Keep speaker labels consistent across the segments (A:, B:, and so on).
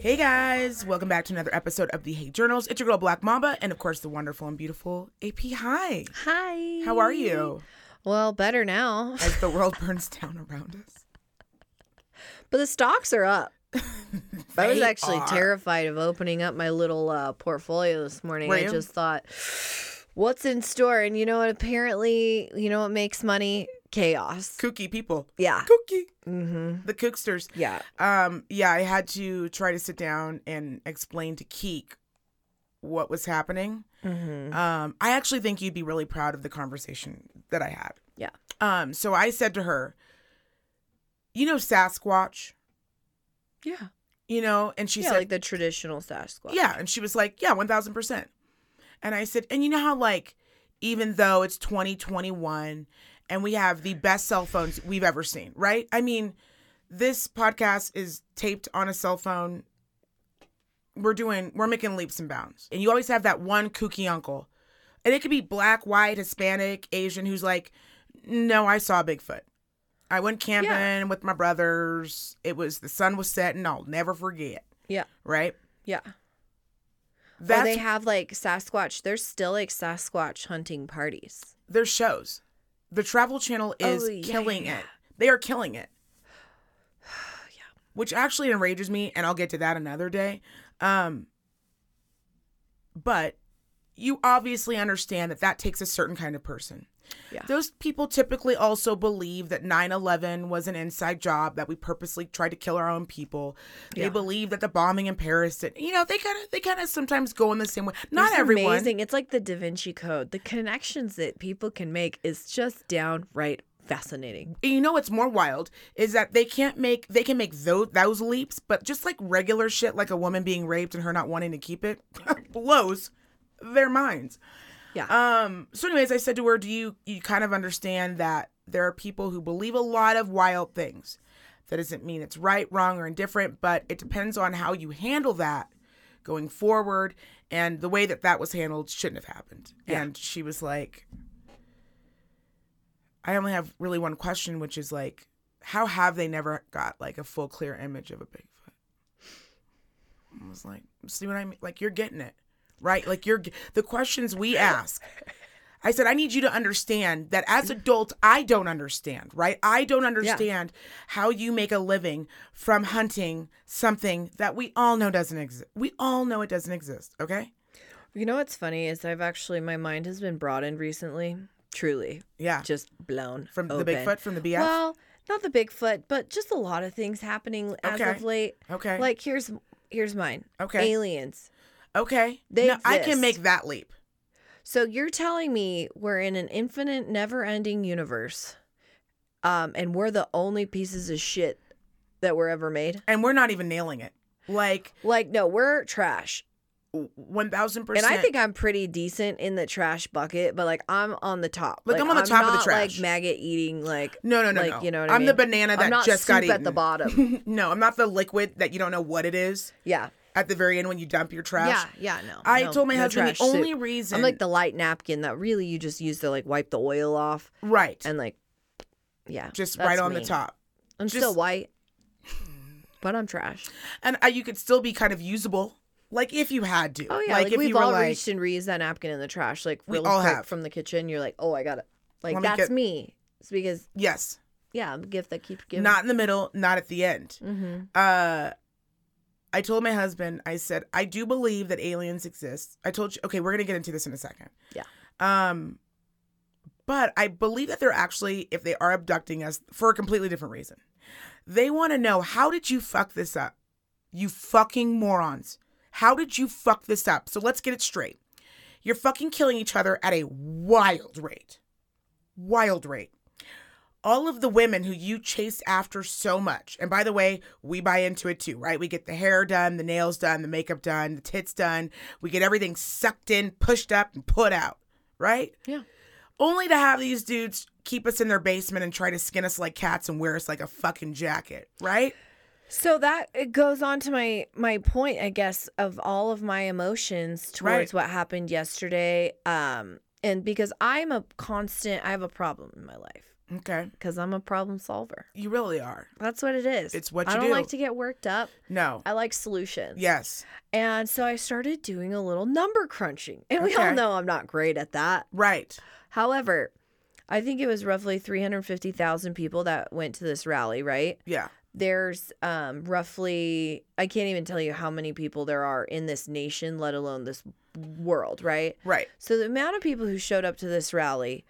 A: Hey guys, welcome back to another episode of the Hate Journals. It's your girl Black Mamba, and of course the wonderful and beautiful AP Hi.
B: Hi.
A: How are you?
B: Well, better now.
A: As the world burns down around us.
B: But the stocks are up. I was
A: They
B: actually
A: are.
B: terrified of opening up my little uh, portfolio this morning.
A: Were
B: I
A: you?
B: just thought, what's in store? And you know what? Apparently, you know what makes money? Chaos.
A: Kooky people.
B: Yeah.
A: Kooky.
B: Mm-hmm.
A: The kooksters.
B: Yeah.
A: Um, yeah, I had to try to sit down and explain to Keek what was happening.
B: Mm-hmm.
A: Um, I actually think you'd be really proud of the conversation that I had.
B: Yeah.
A: Um, so I said to her, You know Sasquatch?
B: Yeah.
A: You know, and she
B: yeah,
A: said
B: like the traditional stash squad.
A: Yeah. And she was like, Yeah, 1000%. And I said, And you know how, like, even though it's 2021 and we have the best cell phones we've ever seen, right? I mean, this podcast is taped on a cell phone. We're doing, we're making leaps and bounds. And you always have that one kooky uncle. And it could be black, white, Hispanic, Asian who's like, No, I saw Bigfoot. I went camping with my brothers. It was the sun was setting. I'll never forget.
B: Yeah.
A: Right?
B: Yeah. Or
A: That's
B: they have like Sasquatch. There's still like Sasquatch hunting parties.
A: their shows. The Travel Channel is
B: Oh, yeah,
A: killing
B: yeah,
A: it. They are killing it. Which actually enrages me, and I'll get to that another day. Um, but you obviously understand that that takes a certain kind of person.
B: Yeah.
A: Those people typically also believe that 9 11 was an inside job, that we purposely tried to kill our own people. They
B: Yeah.
A: believe that the bombing in Paris, did, you know, they kind of they kind of sometimes go in the same way. Not
B: It's
A: everyone.
B: Amazing. It's like the Da Vinci Code. The connections that people can make is just downright fascinating.
A: And you know what's more wild is that they can't make they can make those those leaps, but just like regular shit, like a woman being raped and her not wanting to keep it, blows their minds.
B: Yeah.
A: Um. So, anyways, I said to her, "Do you you kind of understand that there are people who believe a lot of wild things? That doesn't mean it's right, wrong, or indifferent, but it depends on how you handle that going forward. And the way that that was handled shouldn't have happened."
B: Yeah.
A: And she was like, "I only have really one question, which is like, how have they never got like a full clear image of a Bigfoot?" I was like, see what I mean? Like you're getting it, right? Like you're ge- the questions we ask. I said, I need you to understand that as adults, I don't understand, right? I don't understand how you make a living from hunting something that we all know doesn't exist. We all know it doesn't exist, okay?
B: You know what's funny is I've actually my mind has been broadened recently. Truly,
A: Yeah.
B: just blown
A: From the
B: open.
A: Bigfoot, from the BF.
B: Well, not the Bigfoot, but just a lot of things happening as
A: Okay.
B: of late.
A: okay.
B: Like here's here's mine.
A: Okay.
B: Aliens.
A: okay.
B: they
A: No, I can
B: exist.
A: make that leap.
B: So you're telling me we're in an infinite, never-ending universe, um, and we're the only pieces of shit that were ever made?
A: And we're not even nailing it. Like
B: Like, no, we're trash.
A: 1000%.
B: And I think I'm pretty decent in the trash bucket, but like I'm on the top.
A: Like, I'm on the top of the
B: not,
A: trash.
B: Like maggot eating, like
A: no, no, no,
B: like,
A: no.
B: you know what I
A: I'm the
B: mean?
A: banana
B: I'm
A: that
B: not
A: just got
B: soup
A: eaten.
B: at the bottom.
A: no, I'm not the liquid that you don't know what it is
B: yeah,
A: at the very end when you dump your trash.
B: yeah, yeah. No,
A: I
B: no-
A: told my
B: no
A: husband
B: trash
A: the only
B: soup.
A: reason
B: I'm like the light napkin that really you just use to like wipe the oil off
A: right,
B: and like, yeah,
A: just
B: that's
A: right on the
B: me.
A: top,
B: I'm
A: Just-
B: still white, but I'm trash.
A: and uh, you could still be kind of usable, like if you had to.
B: Oh yeah,
A: like,
B: like,
A: if
B: we've
A: you were
B: all
A: like,
B: reached and reused that napkin in the trash, like
A: We
B: really
A: all
B: quick
A: have.
B: from the kitchen. You're like, oh, I got it. Like
A: Let me
B: that's
A: get-
B: me. It's because
A: yes,
B: yeah, I'm a gift that keeps giving.
A: not in the middle, not at the end.
B: Mm-hmm.
A: Uh, I told my husband, I said, I do believe that aliens exist. I told you, okay, we're gonna get into this in a second.
B: Yeah.
A: Um, but I believe that they're actually, if they are abducting us for a completely different reason, they want to know how did you fuck this up, you fucking morons? How did you fuck this up? So let's get it straight. You're fucking killing each other at a wild rate, wild rate all of the women who you chased after so much. And by the way, we buy into it too, right? We get the hair done, the nails done, the makeup done, the tits done. We get everything sucked in, pushed up, and put out, right?
B: Yeah.
A: Only to have these dudes keep us in their basement and try to skin us like cats and wear us like a fucking jacket, right?
B: So that it goes on to my my point, I guess, of all of my emotions towards
A: Right.
B: what happened yesterday. Um, and because I'm a constant, I have a problem in my life.
A: Okay.
B: because I'm a problem solver.
A: You really are.
B: That's what it is.
A: It's what
B: I
A: you
B: don't
A: do.
B: like to get worked up.
A: No.
B: I like solutions.
A: Yes.
B: And so I started doing a little number crunching. And we all
A: Okay.
B: know I'm not great at that.
A: Right.
B: However, I think it was roughly 350,000 people that went to this rally, right?
A: Yeah.
B: There's um, roughly, I can't even tell you how many people there are in this nation, let alone this world, right?
A: Right.
B: So the amount of people who showed up to this rally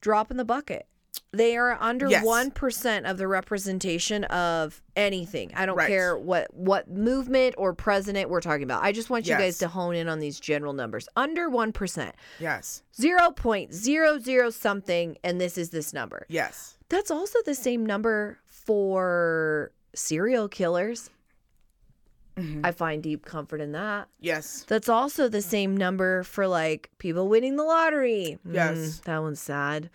B: drop in the bucket. They are under
A: Yes.
B: one of the representation of anything. I don't
A: Right.
B: care what what movement or president we're talking about. I just want you guys
A: Yes.
B: to hone in on these general numbers. Under one percent,
A: Yes.
B: zero point zero zero something, and this is this number.
A: Yes.
B: That's also the same number for serial killers.
A: Mhm.
B: I find deep comfort in that.
A: Yes.
B: That's also the same number for like people winning the lottery. Mm,
A: Yes.
B: that one's sad.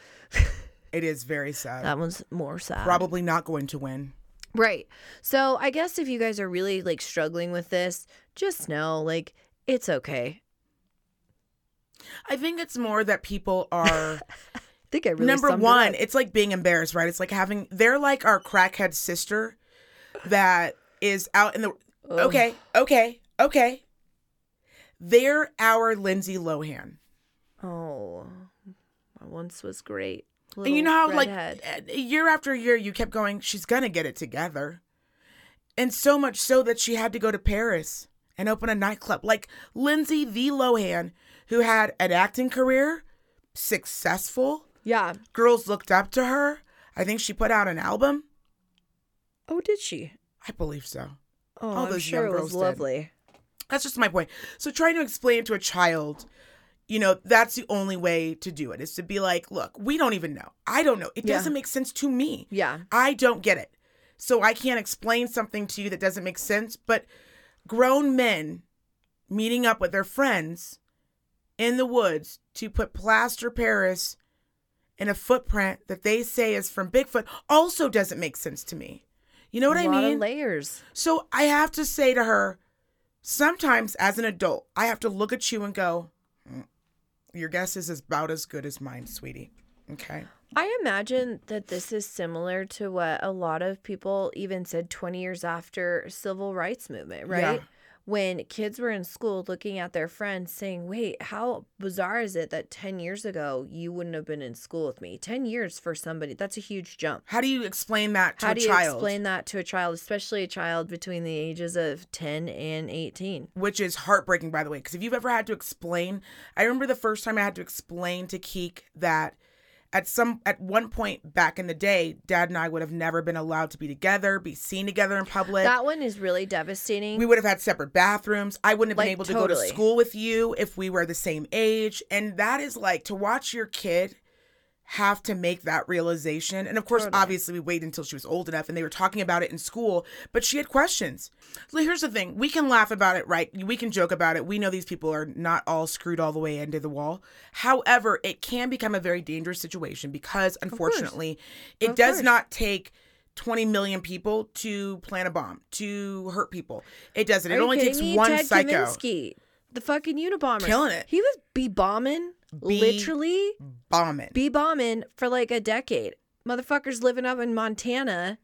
A: It is very sad.
B: That one's more sad.
A: Probably not going to win.
B: Right. So I guess if you guys are really like struggling with this, just know like it's okay.
A: I think it's more that people are
B: I think I really
A: number
B: summed it
A: one.
B: up.
A: It's like being embarrassed, right? It's like having they're like our crackhead sister that is out in the
B: Ugh.
A: okay, okay, okay. They're our Lindsay Lohan.
B: Oh, I once was great.
A: And you
B: Little
A: know how
B: redhead.
A: like uh, year after year you kept going, she's gonna get it together. And so much so that she had to go to Paris and open a nightclub. Like Lindsay V. Lohan, who had an acting career, successful,
B: yeah.
A: girls looked up to her. I think she put out an album.
B: Oh, did she?
A: I believe so.
B: Oh,
A: All
B: I'm
A: those
B: sure
A: young
B: it
A: girls
B: was
A: did.
B: lovely.
A: That's just my point. So trying to explain to a child, you know, that's the only way to do it is to be like, look, we don't even know. I don't know. It
B: Yeah.
A: doesn't make sense to me.
B: Yeah.
A: I don't get it. So I can't explain something to you that doesn't make sense. But grown men meeting up with their friends in the woods to put plaster Paris in a footprint that they say is from Bigfoot also doesn't make sense to me. You know what
B: a
A: I
B: lot
A: mean?
B: Of layers.
A: So I have to say to her, sometimes as an adult, I have to look at you and go, "Mm, Your guess is about as good as mine, sweetie. Okay.
B: I imagine that this is similar to what a lot of people even said 20 years after civil rights movement, right?
A: Yeah.
B: When kids were in school looking at their friends saying, "Wait, how bizarre is it that 10 years ago you wouldn't have been in school with me? 10 years for somebody, that's a huge jump."
A: How do you explain that to
B: How
A: a
B: do you
A: child?
B: explain that to a child, especially a child between the ages of 10 and 18?
A: which is heartbreaking, by the way, because if you've ever had to explain, I remember the first time I had to explain to Keek that at some at one point back in the day, Dad and I would have never been allowed to be together, be seen together in public.
B: That one is really devastating.
A: we would have had separate bathrooms. I wouldn't have
B: Like,
A: been able to go
B: totally.
A: to school with you if we were the same age. And that is like to watch your kid have to make that realization. And of course,
B: Totally.
A: obviously, we waited until she was old enough and they were talking about it in school, but she had questions. So here's the thing we can laugh about it, right? We can joke about it. We know these people are not all screwed all the way into the wall. However, it can become a very dangerous situation because,
B: course.
A: unfortunately, it
B: Of
A: does
B: course.
A: not take 20 million people to plant a bomb, to hurt people. It doesn't.
B: Are
A: It
B: you
A: only
B: kidding
A: takes
B: me?
A: one
B: Ted
A: psycho.
B: Kavinsky, the fucking Unabomber,
A: Killing it.
B: He was be bombing,
A: Bee-
B: literally
A: Bomb it.
B: be bombing for like a decade. Motherfuckers living up in Montana,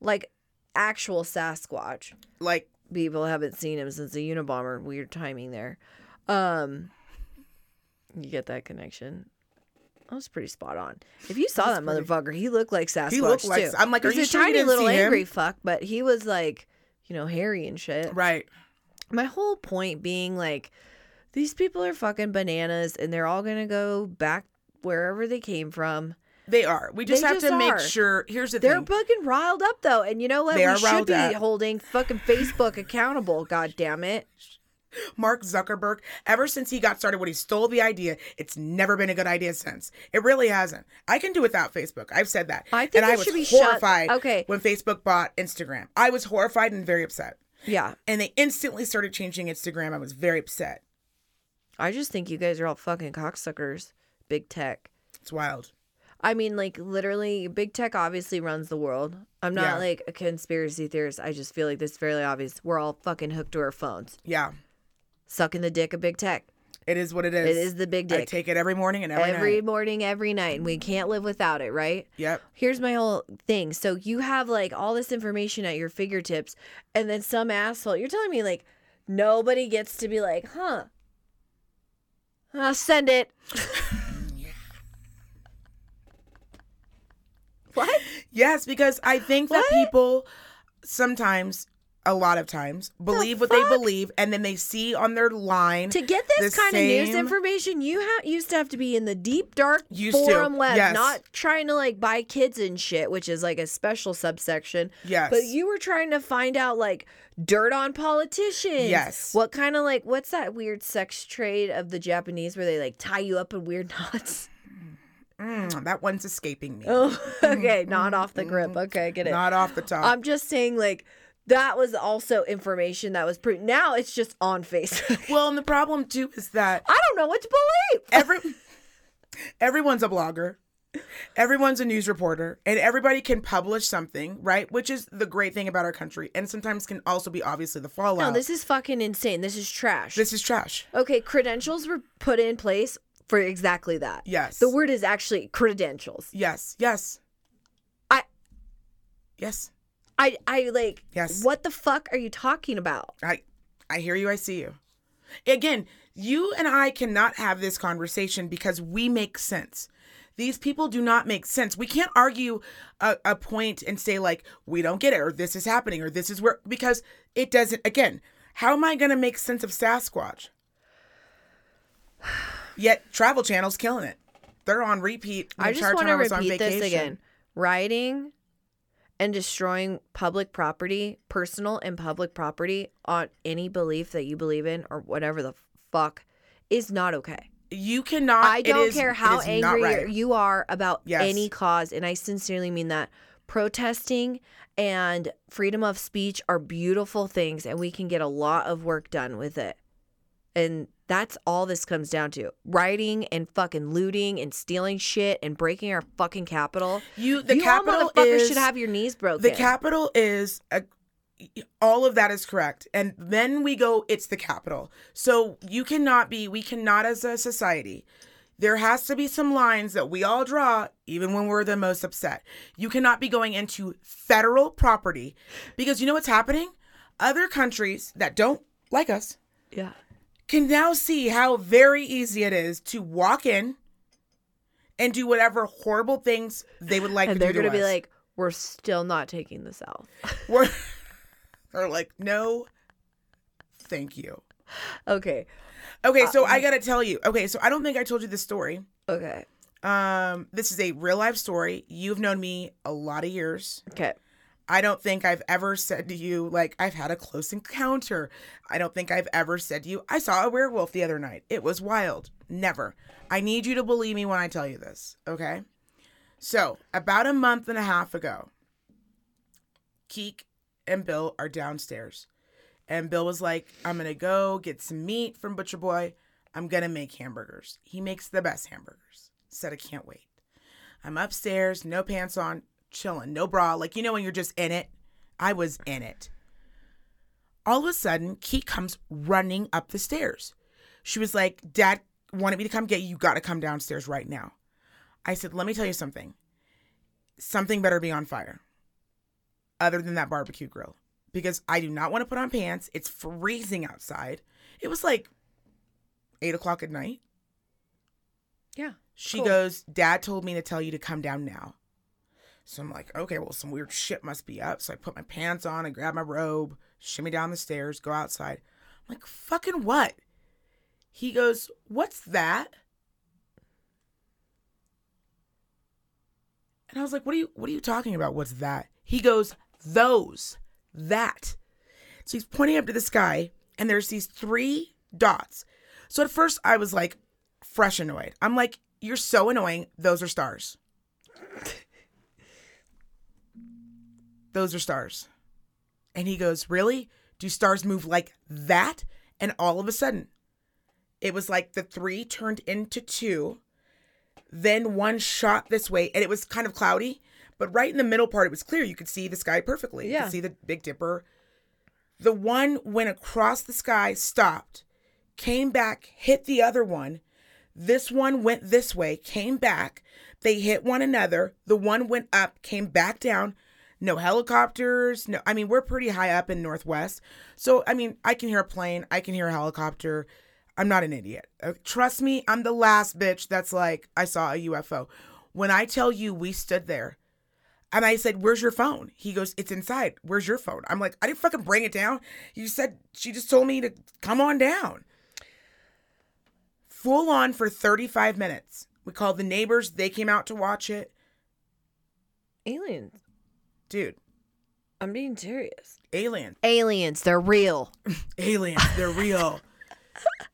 B: like actual Sasquatch.
A: Like,
B: People haven't seen him since the Unabomber. Weird timing there. Um, you get that connection. That was pretty spot on. If you saw that motherfucker, he looked like Sasquatch
A: looked like-
B: too.
A: I'm like,
B: He
A: are
B: was
A: you
B: a
A: sure you
B: tiny
A: didn't
B: little
A: see him?
B: angry fuck? But he was like, you know, hairy and shit.
A: right.
B: My whole point being like, these people are fucking bananas and they're all gonna go back wherever they came from.
A: They are. We just
B: They
A: have
B: just
A: to make
B: are.
A: sure. Here's the
B: They're
A: thing.
B: fucking riled up though, and you know what?
A: They
B: we
A: are
B: should
A: riled
B: be
A: up.
B: holding fucking Facebook accountable. God damn it!
A: Mark Zuckerberg, ever since he got started, when he stole the idea, it's never been a good idea since. It really hasn't. I can do without Facebook. I've said that.
B: I think
A: and I
B: it
A: was
B: should be shut-
A: horrified
B: okay.
A: when Facebook bought Instagram. I was horrified and very upset.
B: Yeah,
A: And they instantly started changing Instagram. I was very upset.
B: I just think you guys are all fucking cocksuckers. Big tech.
A: It's wild.
B: I mean, like literally, big tech obviously runs the world. I'm not
A: Yeah.
B: like a conspiracy theorist. I just feel like this is fairly obvious. We're all fucking hooked to our phones,
A: Yeah.
B: sucking the dick of big tech.
A: It is what it is.
B: It is the big
A: I
B: dick.
A: take it every morning and every,
B: every
A: night.
B: morning, every night. And we can't live without it, right?
A: Yep.
B: Here's my whole thing. So you have like all this information at your fingertips, and then some asshole, you're telling me like nobody gets to be like, huh? I'll send it. what?
A: Yes, because I think that
B: What?
A: people sometimes, a lot of times, believe what
B: fuck?
A: they believe and then they see on their line.
B: To get this
A: The
B: kind of news
A: same-
B: information, you ha- used to have to be in the deep dark
A: Used to,
B: forum web,
A: yes.
B: not trying to like buy kids and shit, which is like a special subsection.
A: yes.
B: But you were trying to find out like dirt on politicians.
A: Yes.
B: What kind of like what's that weird sex trade of the Japanese where they like tie you up in weird knots?
A: Mm, that one's escaping me.
B: Oh, okay, not off the grip. Okay, I get it. Um,
A: Not off the top.
B: I'm just saying like that was also information that was pre- now it's just on Facebook.
A: well, and the problem too is that
B: I don't know what to believe.
A: every everyone's a blogger everyone's a news reporter and everybody can publish something right which is the great thing about our country and sometimes can also be obviously the fallout
B: No, this is fucking insane. This is trash.
A: This is trash
B: okay, credentials were put in place for exactly that.
A: yes
B: The word is actually credentials.
A: yes yes
B: I-
A: yes
B: I I like
A: Yes.
B: what the fuck are you talking about?
A: i i hear you i see you again you and i cannot have this conversation because we make sense these people do not make sense we can't argue a, a point and say like we don't get it or this is happening or this is where because it doesn't again how am i going to make sense of sasquatch yet travel channel's killing it they're on repeat
B: I
A: the
B: just
A: entire
B: want
A: time
B: to
A: I was on
B: repeat this
A: vacation.
B: again. Rioting and destroying public property, personal and public property on any belief that you believe in or whatever the fuck is not okay.
A: you cannot
B: I
A: it
B: don't
A: is-
B: care
A: it
B: how
A: is not
B: angry
A: right.
B: you are about
A: Yes.
B: any cause and I sincerely mean that. Protesting and freedom of speech are beautiful things and we can get a lot of work done with it. And that's all this comes down to. Rioting and fucking looting and stealing shit and breaking our fucking capital.
A: you the
B: you
A: capital
B: all motherfuckers
A: is
B: should have your knees broken.
A: The capital is a, all of that is correct. And then we go, it's the capital. So you cannot be, we cannot as a society. There has to be some lines that we all draw, even when we're the most upset. You cannot be going into federal property because you know what's happening? Other countries that don't like us
B: yeah.
A: can now see how very easy it is to walk in and do whatever horrible things they would like
B: And
A: to
B: they're
A: do
B: going
A: to
B: to be
A: us.
B: like, we're still not taking the South.
A: We're, they're like, no, thank you.
B: okay.
A: Okay, so I gotta tell you. Okay, so I don't think I told you this story.
B: Okay.
A: Um, this is a real life story. You've known me a lot of years.
B: Okay.
A: I don't think I've ever said to you like I've had a close encounter. I don't think I've ever said to you I saw a werewolf the other night. It was wild. Never. I need you to believe me when I tell you this, okay? So, about a month and a half ago, Keek and Bill are downstairs. And Bill was like, "I'm going to go get some meat from Butcher Boy. I'm going to make hamburgers." He makes the best hamburgers. Said I can't wait. I'm upstairs, no pants on, chilling, no bra. Like, you know, when you're just in it. I was in it. All of a sudden, Key comes running up the stairs. She was like, Dad wanted me to come get you. You got to come downstairs right now. I said, Let me tell you something. Something better be on fire other than that barbecue grill because I do not want to put on pants. It's freezing outside. It was like eight o'clock at night.
B: Yeah.
A: She
B: Cool.
A: goes, Dad told me to tell you to come down now. So I'm like, okay, well, some weird shit must be up. So I put my pants on, I grab my robe, shimmy down the stairs, go outside. I'm like, fucking what? He goes, what's that? And I was like, what are you what are you talking about? What's that? He goes, those, that. So he's pointing up to the sky, and there's these three dots. So at first I was like, fresh annoyed. I'm like, you're so annoying. Those are stars. Those are stars. And he goes, Really? Do stars move like that? And all of a sudden, it was like the three turned into two. Then one shot this way, and it was kind of cloudy. But right in the middle part, it was clear. You could see the sky perfectly. You
B: Yeah.
A: could see the Big Dipper. The one went across the sky, stopped, came back, hit the other one. This one went this way, came back. They hit one another. The one went up, came back down. No helicopters. No, I mean, we're pretty high up in Northwest. So, I mean, I can hear a plane, I can hear a helicopter. I'm not an idiot. Uh, Trust me, I'm the last bitch that's like, I saw a UFO. When I tell you we stood there and I said, Where's your phone? He goes, It's inside. Where's your phone? I'm like, I didn't fucking bring it down. You said, She just told me to come on down. Full on for 35 minutes. We called the neighbors. They came out to watch it.
B: Aliens.
A: Dude,
B: I'm being serious.
A: aliens.
B: Aliens, they're real.
A: Aliens. They're real.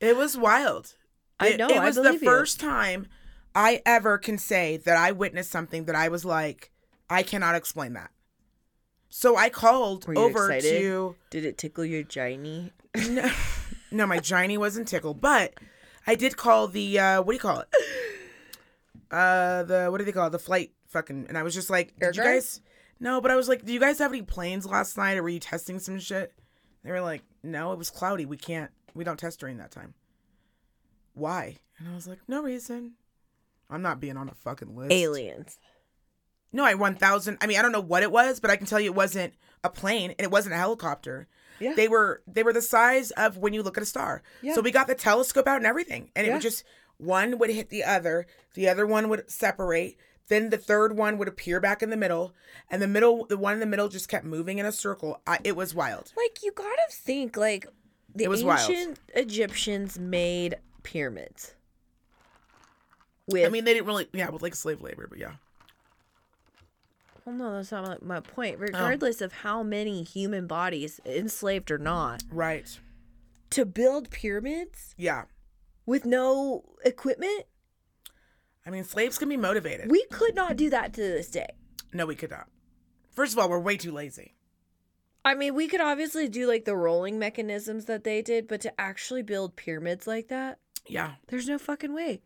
A: it was wild.
B: I
A: It-
B: know,
A: It
B: I
A: was the
B: believe you.
A: first time I ever can say that I witnessed something that I was like, I cannot explain that. So I called
B: Were you
A: over
B: excited?
A: to
B: Did it tickle your giny?
A: no, no, my Johnny wasn't tickled, but I did call the uh, what do you call it? Uh, the what do they call it? The flight fucking. And I was just like,
B: Air
A: did you
B: guard?
A: guys? No, but I was like, do you guys have any planes last night? Or were you testing some shit? They were like, no, it was cloudy. We can't. We don't test during that time. Why? And I was like, no reason. I'm not being on a fucking list.
B: Aliens.
A: No, I 1000. I mean, I don't know what it was, but I can tell you it wasn't a plane and it wasn't a helicopter.
B: Yeah.
A: They were they were the size of when you look at a star.
B: Yeah.
A: So we got the telescope out and everything. And it
B: Yeah.
A: would just one would hit the other, the other one would separate, then the third one would appear back in the middle, and the middle the one in the middle just kept moving in a circle. I, it was wild.
B: Like you gotta think like the
A: It was wild.
B: ancient Egyptians made pyramids. With
A: I mean, they didn't really yeah, with like slave labor, but yeah.
B: well, no, that's not my, my
A: Oh.
B: point. Regardless of how many human bodies, enslaved or not,
A: Right.
B: to build pyramids
A: Yeah.
B: with no equipment,
A: I mean, slaves can be motivated.
B: we could not do that to this day.
A: no, we could not. First of all, we're way too lazy.
B: I mean, we could obviously do like the rolling mechanisms that they did, but to actually build pyramids like that,
A: Yeah.
B: there's no fucking way.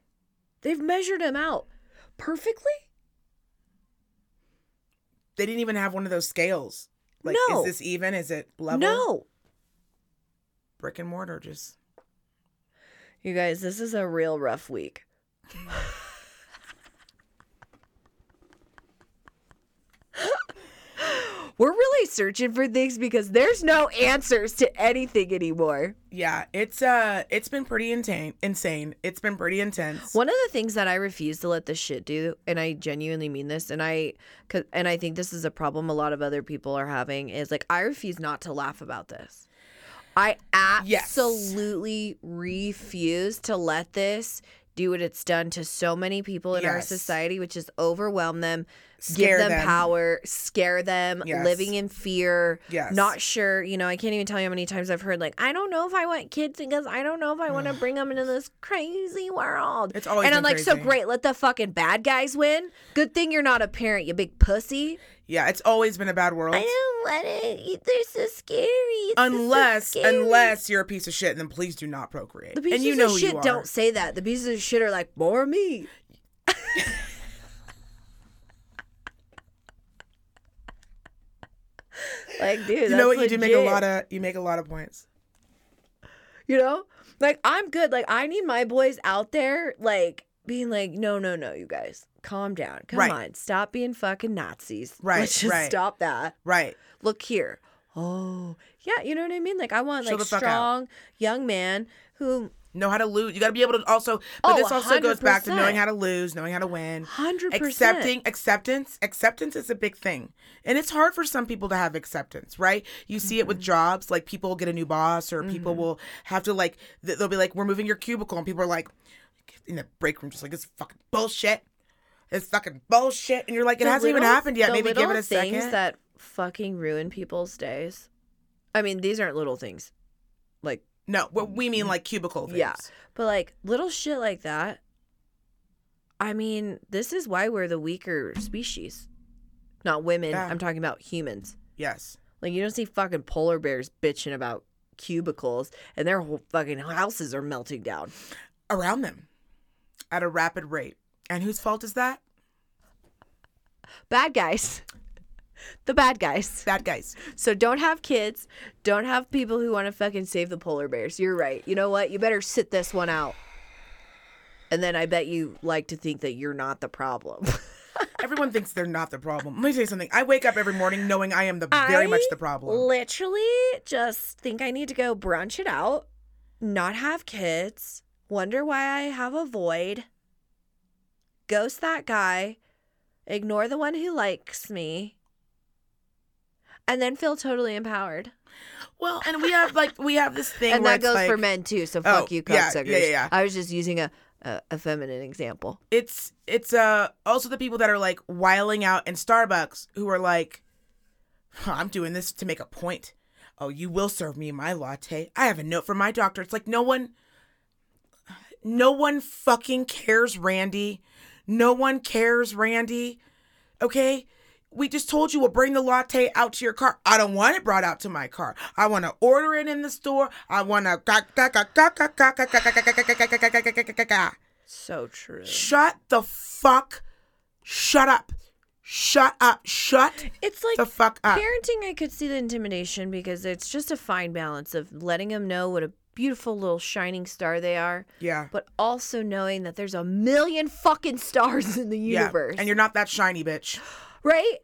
B: They've measured them out perfectly.
A: they didn't even have one of those scales. Like,
B: No.
A: is this even? Is it level?
B: No.
A: Brick and mortar just.
B: You guys, this is a real rough week. We're really searching for things because there's no answers to anything anymore.
A: Yeah, it's uh, it's been pretty insane. Insane. It's been pretty intense.
B: One of the things that I refuse to let this shit do, and I genuinely mean this, and I, 'cause- and I think this is a problem a lot of other people are having, is like I refuse not to laugh about this. I
A: Yes.
B: absolutely refuse to let this do what it's done to so many people in our
A: Yes.
B: society, which is overwhelm them,
A: Scare
B: give them,
A: them.
B: power, scare them,
A: Yes.
B: living in fear,
A: Yes.
B: not sure. You know, I can't even tell you how many times I've heard like, I don't know if I want kids because I don't know if I want to bring them into this crazy world
A: It's always
B: and I'm
A: been
B: like, so
A: crazy.
B: great, let the fucking bad guys win. Good thing you're not a parent, you big pussy.
A: Yeah, it's always been a bad world.
B: I don't want it. They're so scary. It's just so
A: Unless,
B: scary.
A: unless you're a piece of shit, then please do not procreate.
B: the pieces
A: and you know
B: of
A: who
B: shit
A: you are.
B: don't say that. The pieces of shit are like more me. like, dude,
A: You know what?
B: that's
A: You do make a
B: legit.
A: lot of you make a lot of points.
B: You know? Like I'm good. Like I need my boys out there like being like, no, no, no, you guys. Calm down. Come
A: Right.
B: on. Stop being fucking Nazis.
A: Right,
B: Let's just
A: right.
B: stop that.
A: Right.
B: Look here. Oh. Yeah, you know what I mean? Like I want
A: Chill
B: like
A: the fuck out.
B: strong young man who
A: Know how to lose. You got to be able to also. But
B: Oh,
A: this also goes back to
B: 100%.
A: knowing how to lose, knowing how to win.
B: hundred percent
A: accepting acceptance acceptance is a big thing and it's hard for some people to have acceptance right you see it with
B: Mm-hmm.
A: jobs like people will get a new boss or people will have to like th- they'll be like we're moving your cubicle and people are like in the break room just like it's fucking bullshit it's fucking bullshit and you're like it
B: The
A: hasn't even
B: little-
A: happened yet
B: the
A: maybe give
B: little
A: it a
B: things
A: second
B: that fucking ruin people's days. I mean, these aren't little things. Like
A: no what we mean like cubicle things.
B: Mm-hmm. Yeah. But like little shit like that. I mean, this is why we're the weaker species. Not women.
A: Yeah.
B: I'm talking about humans.
A: yes
B: Like you don't see fucking polar bears bitching about cubicles and their whole fucking houses are melting down.
A: around them at a rapid rate and whose fault is that
B: Bad guys. the bad guys.
A: Bad guys.
B: So don't have kids. Don't have people who want to fucking save the polar bears. You're right. You know what? You better sit this one out. And then I bet you like to think that you're not the problem.
A: Everyone thinks they're not the problem. Let me tell you something. I wake up every morning knowing I am the very much
B: I
A: the problem.
B: Literally just think I need to go brunch it out, not have kids, wonder why I have a void, ghost that guy, ignore the one who likes me, and then feel totally empowered.
A: Well, and we have like we have this thing
B: And
A: where
B: that
A: it's
B: goes for
A: like-
B: men too. So
A: Oh,
B: fuck you,
A: yeah, yeah,
B: cocksuckers.
A: yeah, yeah.
B: I was just using a, a, a feminine example.
A: it's it's uh also the people that are like whiling out in Starbucks who are like, huh, I'm doing this to make a point. Oh, you will serve me my latte. I have a note from my doctor. It's like no one, no one fucking cares, Randy. No one cares, Randy. Okay. We just told you we'll bring the latte out to your car. I don't want it brought out to my car. I want to order it in the store. I want to.
B: So true.
A: Shut the fuck. Shut up. Shut up. Shut
B: It's like
A: the fuck up.
B: Parenting, I could see the intimidation because it's just a fine balance of letting them know what a beautiful little shining star they are,
A: Yeah.
B: but also knowing that there's a million fucking stars in the
A: Yeah.
B: universe.
A: And you're not that shiny, bitch.
B: right?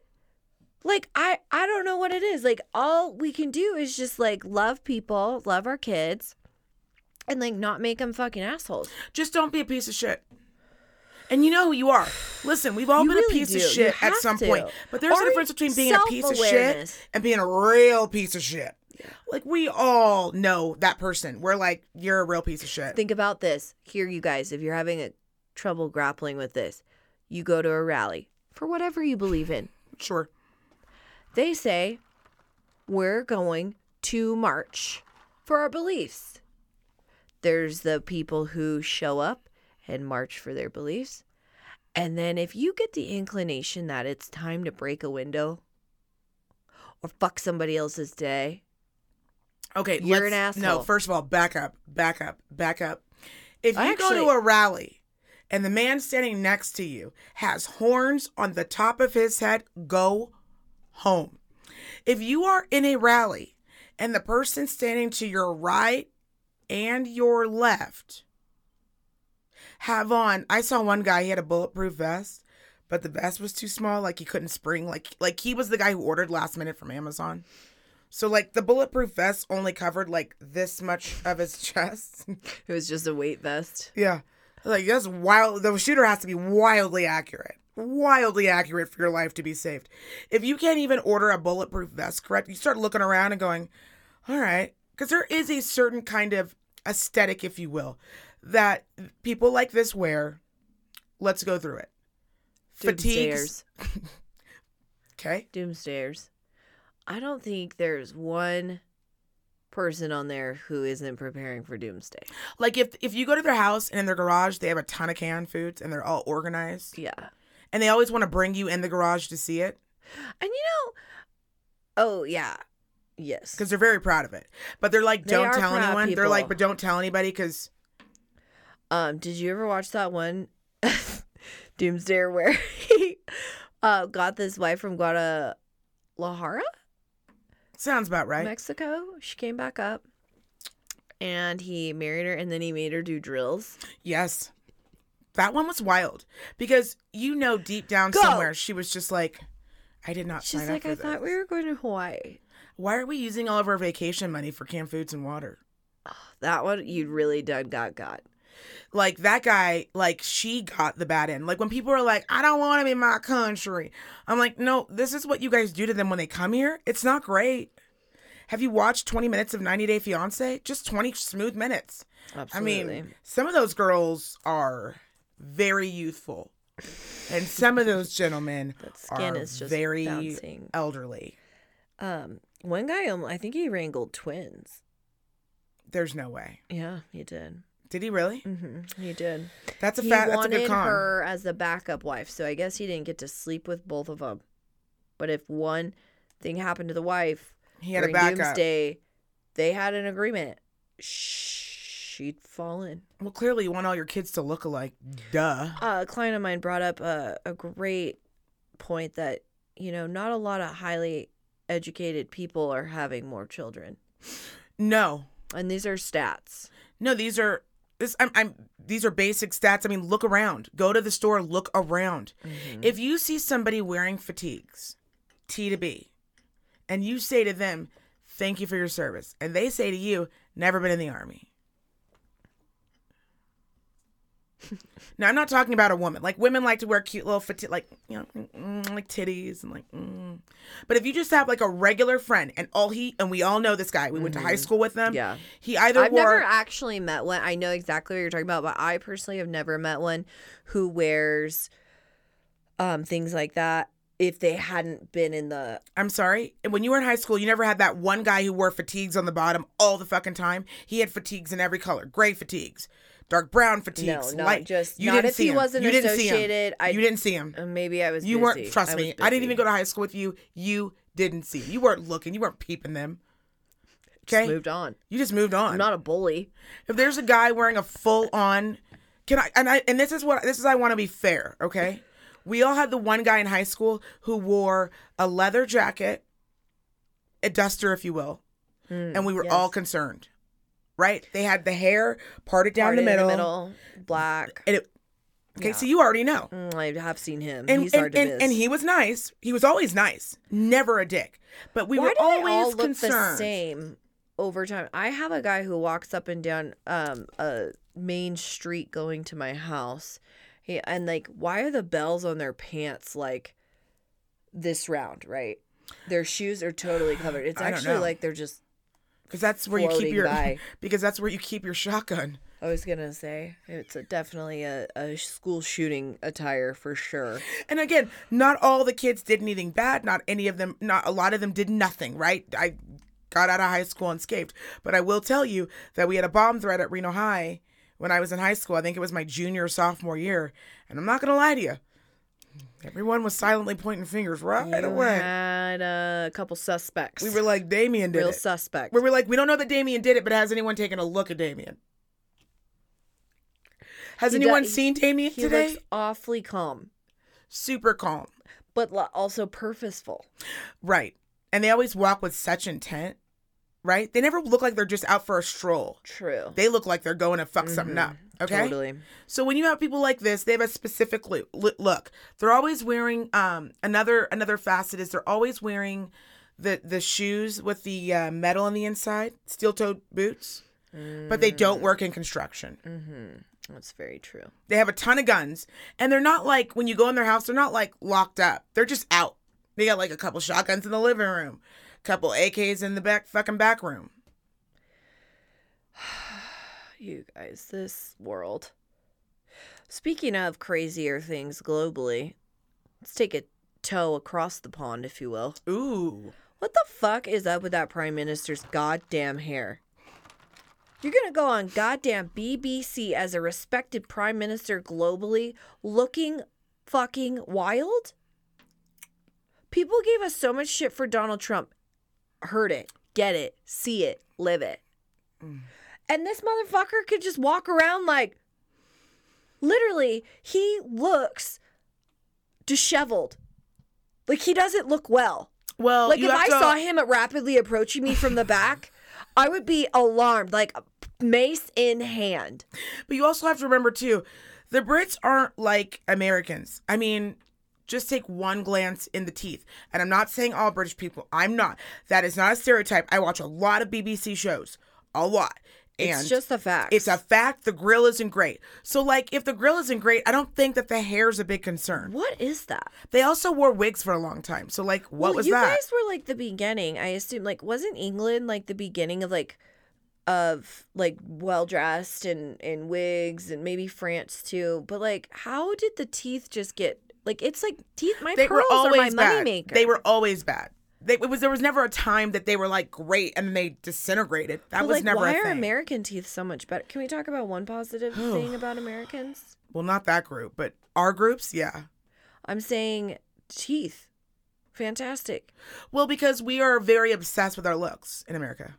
B: Like I I don't know what it is. Like all we can do is just like love people, love our kids, and like not make them fucking assholes.
A: Just don't be a piece of shit. And you know who you are. Listen, we've all
B: You
A: been
B: really
A: a piece of
B: do. You
A: shit at
B: have
A: some
B: to.
A: point. But there's
B: Or
A: a difference between being a piece of shit
B: self-awareness.
A: and being a real piece of shit. Like we all know that person. We're like, you're a real piece of shit.
B: Think about this. Here, you guys, if you're having a trouble grappling with this, you go to a rally for whatever you believe in.
A: Sure.
B: They say, we're going to march for our beliefs. There's the people who show up and march for their beliefs. And then if you get the inclination that it's time to break a window or fuck somebody else's day,
A: Okay,
B: You're an
A: let's- No,
B: asshole.
A: first of all, back up, back up, back up. If you
B: I
A: go to
B: actually-
A: a rally and the man standing next to you has horns on the top of his head, go home. If you are in a rally and the person standing to your right and your left have on, I saw one guy, he had a bulletproof vest, but the vest was too small, like he couldn't spring. Like like he was the guy who ordered last minute from Amazon. So like the bulletproof vest only covered like this much of his chest.
B: it was just a weight vest.
A: yeah. Like that's wild the shooter has to be wildly accurate. Wildly accurate for your life to be saved. If you can't even order a bulletproof vest correct, you start looking around and going, "All right." Cuz there is a certain kind of aesthetic if you will that people like this wear. Let's go through it. Fatigues.
B: Doomsdayers.
A: Okay.
B: Doomsdayers. I don't think there's one person on there who isn't preparing for doomsday.
A: Like if if you go to their house and in their garage they have a ton of canned foods and they're all organized.
B: Yeah.
A: and they always want to bring you in the garage to see it
B: And you know, oh, yeah. Yes.
A: because they're very proud of it. But they're like,
B: They
A: don't
B: are
A: tell
B: proud
A: anyone. They're like,
B: people.
A: but don't tell anybody because
B: Um, did you ever watch that one Doomsdayer where he uh got this wife from Guadalajara,
A: sounds about right.
B: Mexico? She came back up and he married her and then he made her do drills.
A: yes, that one was wild because you know deep down
B: Go.
A: somewhere she was just like, I did not.
B: She's
A: sign up
B: like,
A: for
B: I thought we
A: this.
B: were going to Hawaii.
A: Why are we using all of our vacation money for canned foods and water?
B: That one you'd really done got got.
A: Like that guy, like she got the bad end. Like when people are like, I don't want to be in my country. I'm like, no, this is what you guys do to them when they come here. It's not great. Have you watched 20 minutes of 90 Day Fiance? Just 20 smooth minutes.
B: Absolutely.
A: I mean, some of those girls are very youthful, and some of those gentlemen
B: That skin
A: are
B: is just
A: very
B: bouncing.
A: elderly.
B: Um, one guy, um, I think he wrangled twins.
A: There's no way.
B: Yeah, he did.
A: Did he really?
B: hmm He did.
A: That's Mm-hmm. a
B: he
A: fat. That's a
B: wanted
A: good con.
B: her as the backup wife, so I guess he didn't get to sleep with both of them. But if one thing happened to the wife
A: he had a
B: during
A: backup.
B: Doomsday, they had an agreement. She'd fall in.
A: Well, clearly you want all your kids to look alike. Duh.
B: Uh, a client of mine brought up a, a great point that you know, not a lot of highly educated people are having more children.
A: No,
B: And these are stats.
A: no, these are this. I'm, I'm. These are basic stats. I mean, look around. Go to the store. Look around.
B: Mm-hmm.
A: If you see somebody wearing fatigues, T to B, and you say to them, "Thank you for your service," and they say to you, "Never been in the army." now I'm not talking about a woman. Like women like to wear cute little fatigue, like you know, mm, mm, like titties and like. Mm. But if you just have like a regular friend, and all he and we all know this guy, we went to high school with them.
B: Mm-hmm. Yeah.
A: he either
B: I've
A: wore
B: never actually met one. I know exactly what you're talking about, but I personally have never met one who wears um things like that if they hadn't been in the
A: I'm sorry. When you were in high school, you never had that one guy who wore fatigues on the bottom all the fucking time. He had fatigues in every color: gray fatigues, dark brown fatigues,
B: no,
A: light.
B: just- not if he wasn't
A: you didn't see him.
B: associated, I-
A: you didn't see him.
B: uh, maybe I was
A: You
B: busy.
A: weren't. Trust
B: I
A: me.
B: was
A: I didn't
B: busy.
A: even go to high school with you. You didn't see him. You weren't looking. You weren't peeping them. Okay.
B: moved on.
A: You just moved on.
B: I'm not a bully.
A: if there's a guy wearing a full on, can I? And I and this is what this is. I want to be fair. Okay. We all had the one guy in high school who wore a leather jacket, a duster, if you will,
B: Mm,
A: and we were all concerned, right? They had the hair parted down
B: Parted
A: the middle,
B: in the middle, black.
A: and it. Okay, so you already know,
B: Mm, I have seen him.
A: and
B: He's
A: and,
B: hard to
A: and,
B: miss.
A: and he was nice. He was always nice, never a dick. But we
B: Why
A: were
B: do
A: always
B: they all look
A: concerned.
B: the same over time? I have a guy who walks up and down um a main street going to my house. He and like why are the bells on their pants like this round, right? Their shoes are totally covered. It's
A: I don't
B: actually
A: know.
B: like they're just
A: because that's where you keep
B: floating
A: your
B: by.
A: because that's where you keep your shotgun.
B: I was gonna say it's a, definitely a, a school shooting attire for sure.
A: And again, not all the kids did anything bad. Not any of them. Not a lot of them did nothing. Right? I got out of high school unscathed. But I will tell you that we had a bomb threat at Reno High when I was in high school. I think it was my junior or sophomore year. And I'm not gonna lie to you, everyone was silently pointing fingers right
B: You
A: away.
B: had a couple suspects.
A: We were like, Damien did
B: real
A: it.
B: suspect.
A: Where we're like, we don't know that Damien did it, but has anyone taken a look at Damien? Has
B: He do-
A: anyone
B: he-
A: seen Damien
B: he
A: today?
B: looks awfully calm.
A: Super calm.
B: but lo- also purposeful.
A: Right. And they always walk with such intent, right? They never look like they're just out for a stroll.
B: True.
A: They look like they're going to fuck something up. Okay.
B: Mm-hmm. Totally.
A: So when you have people like this, they have a specific lo- lo- look. They're always wearing um another another facet is they're always wearing the the shoes with the uh, metal on the inside, steel toed boots, but they don't work in construction.
B: Mm-hmm. That's very true.
A: They have a ton of guns, and they're not like when you go in their house, they're not like locked up. They're just out. They got like a couple shotguns in the living room, couple AKs in the back fucking back room.
B: You guys, this world. Speaking of crazier things globally, let's take a toe across the pond, if you will.
A: Ooh,
B: What the fuck is up with that prime minister's goddamn hair? You're gonna go on goddamn BBC as a respected prime minister globally looking fucking wild? People gave us so much shit for Donald Trump. Heard it, get it, see it, live it. And this motherfucker could just walk around like literally, he looks disheveled. Like he doesn't look well.
A: well,
B: Like
A: you
B: if
A: have
B: I
A: to-
B: saw him rapidly approaching me from the back, I would be alarmed, like mace in hand.
A: but you also have to remember too, the Brits aren't like Americans. I mean, just take one glance in the teeth, and I'm not saying all British people. I'm not. That is not a stereotype. I watch a lot of BBC shows, a lot. And
B: It's just a fact.
A: It's a fact. The grill isn't great. So, like, if the grill isn't great, I don't think that the hair's a big concern.
B: what is that?
A: They also wore wigs for a long time. So, like, what
B: Well,
A: was
B: you
A: that?
B: guys were like the beginning. I assume like wasn't England like the beginning of like of like well dressed and and wigs and maybe France too. But like how did the teeth just get like it's like teeth my
A: they
B: pearls
A: were always
B: are my
A: bad.
B: moneymaker.
A: They were always bad. They, it was there was never a time that they were like great and then they disintegrated. That
B: But,
A: was
B: like,
A: never
B: why
A: a
B: are
A: thing.
B: American teeth so much better? Can we talk about one positive thing about Americans?
A: well, not that group, but our groups, yeah.
B: I'm saying teeth. Fantastic.
A: Well, because we are very obsessed with our looks in America.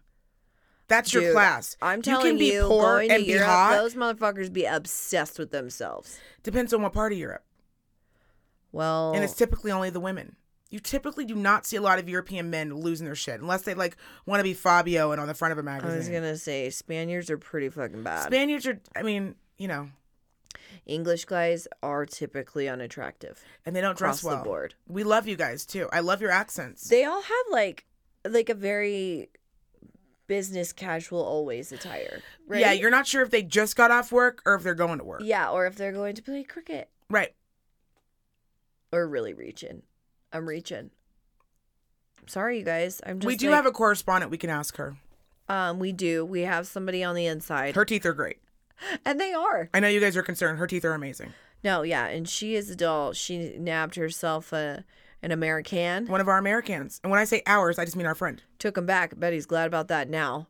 A: That's your
B: Dude,
A: class.
B: I'm
A: you
B: telling
A: can be
B: you,
A: poor
B: going
A: and
B: to
A: be
B: Europe,
A: hot.
B: those motherfuckers be obsessed with themselves.
A: Depends on what part of Europe,
B: Well,
A: and it's typically only the women. you typically do not see a lot of European men losing their shit unless they like want to be Fabio and on the front of a
B: I was
A: magazine.
B: gonna say Spaniards are pretty fucking bad.
A: Spaniards are, I mean, you know,
B: English guys are typically unattractive
A: and they don't dress
B: across
A: well.
B: the board.
A: We love you guys too. I love your accents.
B: They all have like like a very business casual always attire, right?
A: Yeah, you're not sure if they just got off work or if they're going to work.
B: yeah, or if they're going to play cricket
A: Right.
B: or really reaching. I'm reaching. Sorry, you guys. I'm just
A: we do
B: like-
A: have a correspondent. We can ask her.
B: Um, we do. We have somebody on the inside,
A: Her teeth are great.
B: and they are.
A: I know you guys are concerned. Her teeth are amazing.
B: No, yeah, and she is adult. She nabbed herself a an American,
A: One of our Americans. And when I say ours, I just mean our friend.
B: took him back. Bet he's glad about that now.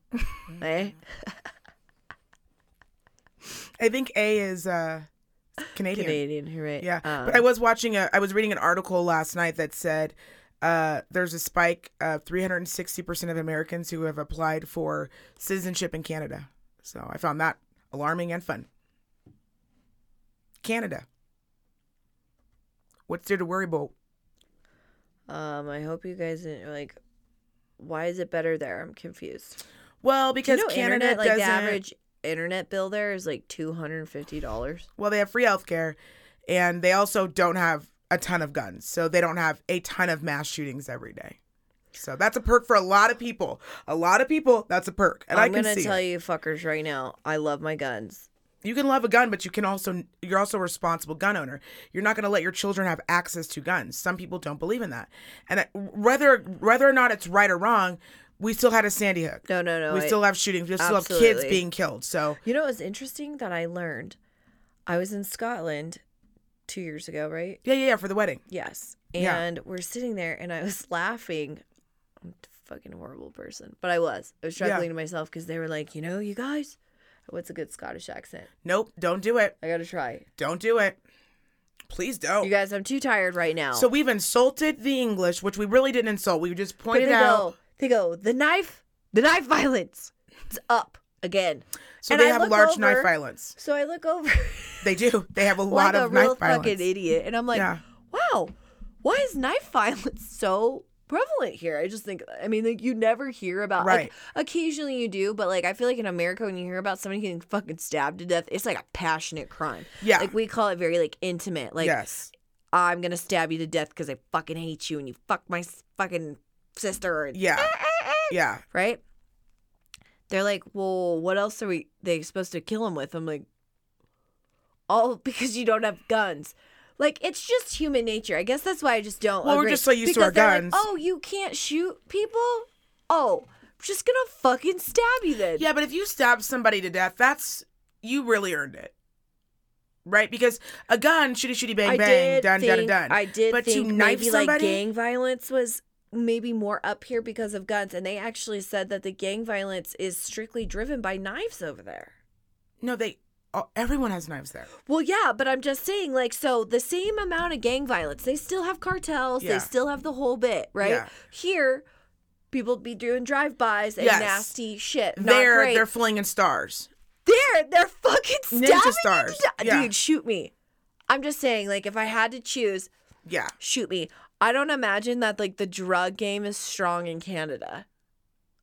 B: eh?
A: I think A is uh, Canadian.
B: Canadian, you're right?
A: Yeah.
B: Um,
A: but I was watching a, I was reading an article last night that said uh, there's a spike of 360% of Americans who have applied for citizenship in Canada. So I found that alarming and fun. Canada. What's there to worry about?
B: um, I hope you guys didn't like. Why is it better there? I'm confused.
A: Well,
B: Do you
A: because
B: know
A: Canada
B: internet, like
A: doesn't.
B: the average internet bill there is like two hundred and fifty dollars.
A: Well, they have free healthcare, and they also don't have a ton of guns, so they don't have a ton of mass shootings every day. So that's a perk for a lot of people. A lot of people, that's a perk, and
B: I'm
A: i can
B: gonna
A: see.
B: tell
A: it.
B: you fuckers right now. I love my guns.
A: You can love a gun, but you can also you're also a responsible gun owner. You're not going to let your children have access to guns. Some people don't believe in that, and I- whether whether or not it's right or wrong, we still had a Sandy Hook.
B: No, no, no.
A: we
B: I-
A: still have shootings. We still have kids
B: Absolutely.
A: being killed. So
B: You know, it's interesting that I learned. I was in Scotland two years ago, right?
A: yeah, yeah, yeah. For the wedding,
B: Yes.
A: Yeah.
B: And we're sitting there and I was laughing. I'm a fucking horrible person, but I was. I was
A: Yeah.
B: struggling to myself because they were like, you know, you guys, what's a good Scottish accent?
A: nope, don't do it.
B: I got to try.
A: Don't do it. Please don't.
B: You guys, I'm too tired right now.
A: Oh. So we've insulted the English, which we really didn't insult. We just
B: But
A: pointed
B: they
A: out.
B: go, they go, the knife, the knife violence. It's up again.
A: So
B: And
A: they
B: I
A: have
B: look
A: large knife
B: over-
A: violence.
B: So I look over
A: They do. They have a lot
B: like a
A: of
B: real
A: knife violence.
B: fucking idiot and I'm like,
A: yeah.
B: wow, why is knife violence so prevalent here? I just think, I mean, like you never hear about,
A: Right.
B: like occasionally you do, but like I feel like in America when you hear about somebody getting fucking stabbed to death, it's like a passionate crime.
A: Yeah.
B: Like we call it very like intimate. Like
A: yes.
B: I'm gonna stab you to death because I fucking hate you and you fuck my s- fucking sister. And,
A: Yeah.
B: eh,
A: Yeah.
B: Right. They're like, well, what else are we? They supposed to kill him with? I'm like, all because you don't have guns. Like it's just human nature. I guess that's why I just don't.
A: Well, we're
B: agree.
A: just so used to
B: Because
A: our
B: they're like,
A: guns.
B: oh, you can't shoot people. Oh, I'm just gonna fucking stab you then.
A: Yeah, but if you stab somebody to death, that's you really earned it. Right? Because a gun, shooty shooty bang
B: I
A: bang,
B: did
A: done,
B: think,
A: done, done.
B: I did
A: But to
B: think
A: knife
B: maybe like
A: somebody?
B: gang violence was maybe more up here because of guns, and they actually said that the gang violence is strictly driven by knives over there.
A: no, they oh, everyone has knives there.
B: Well, yeah, but I'm just saying, like, so the same amount of gang violence, they still have cartels,
A: Yeah.
B: they still have the whole bit, right?
A: Yeah.
B: Here, people be doing drive-bys and
A: Yes.
B: nasty shit. Not
A: They're
B: great.
A: they're flinging stars.
B: there, they're fucking
A: Ninja
B: stabbing you to
A: stars.
B: death.
A: Yeah.
B: dude. Shoot me. I'm just saying, like, if I had to choose,
A: Yeah.
B: shoot me. I don't imagine that like the drug game is strong in Canada.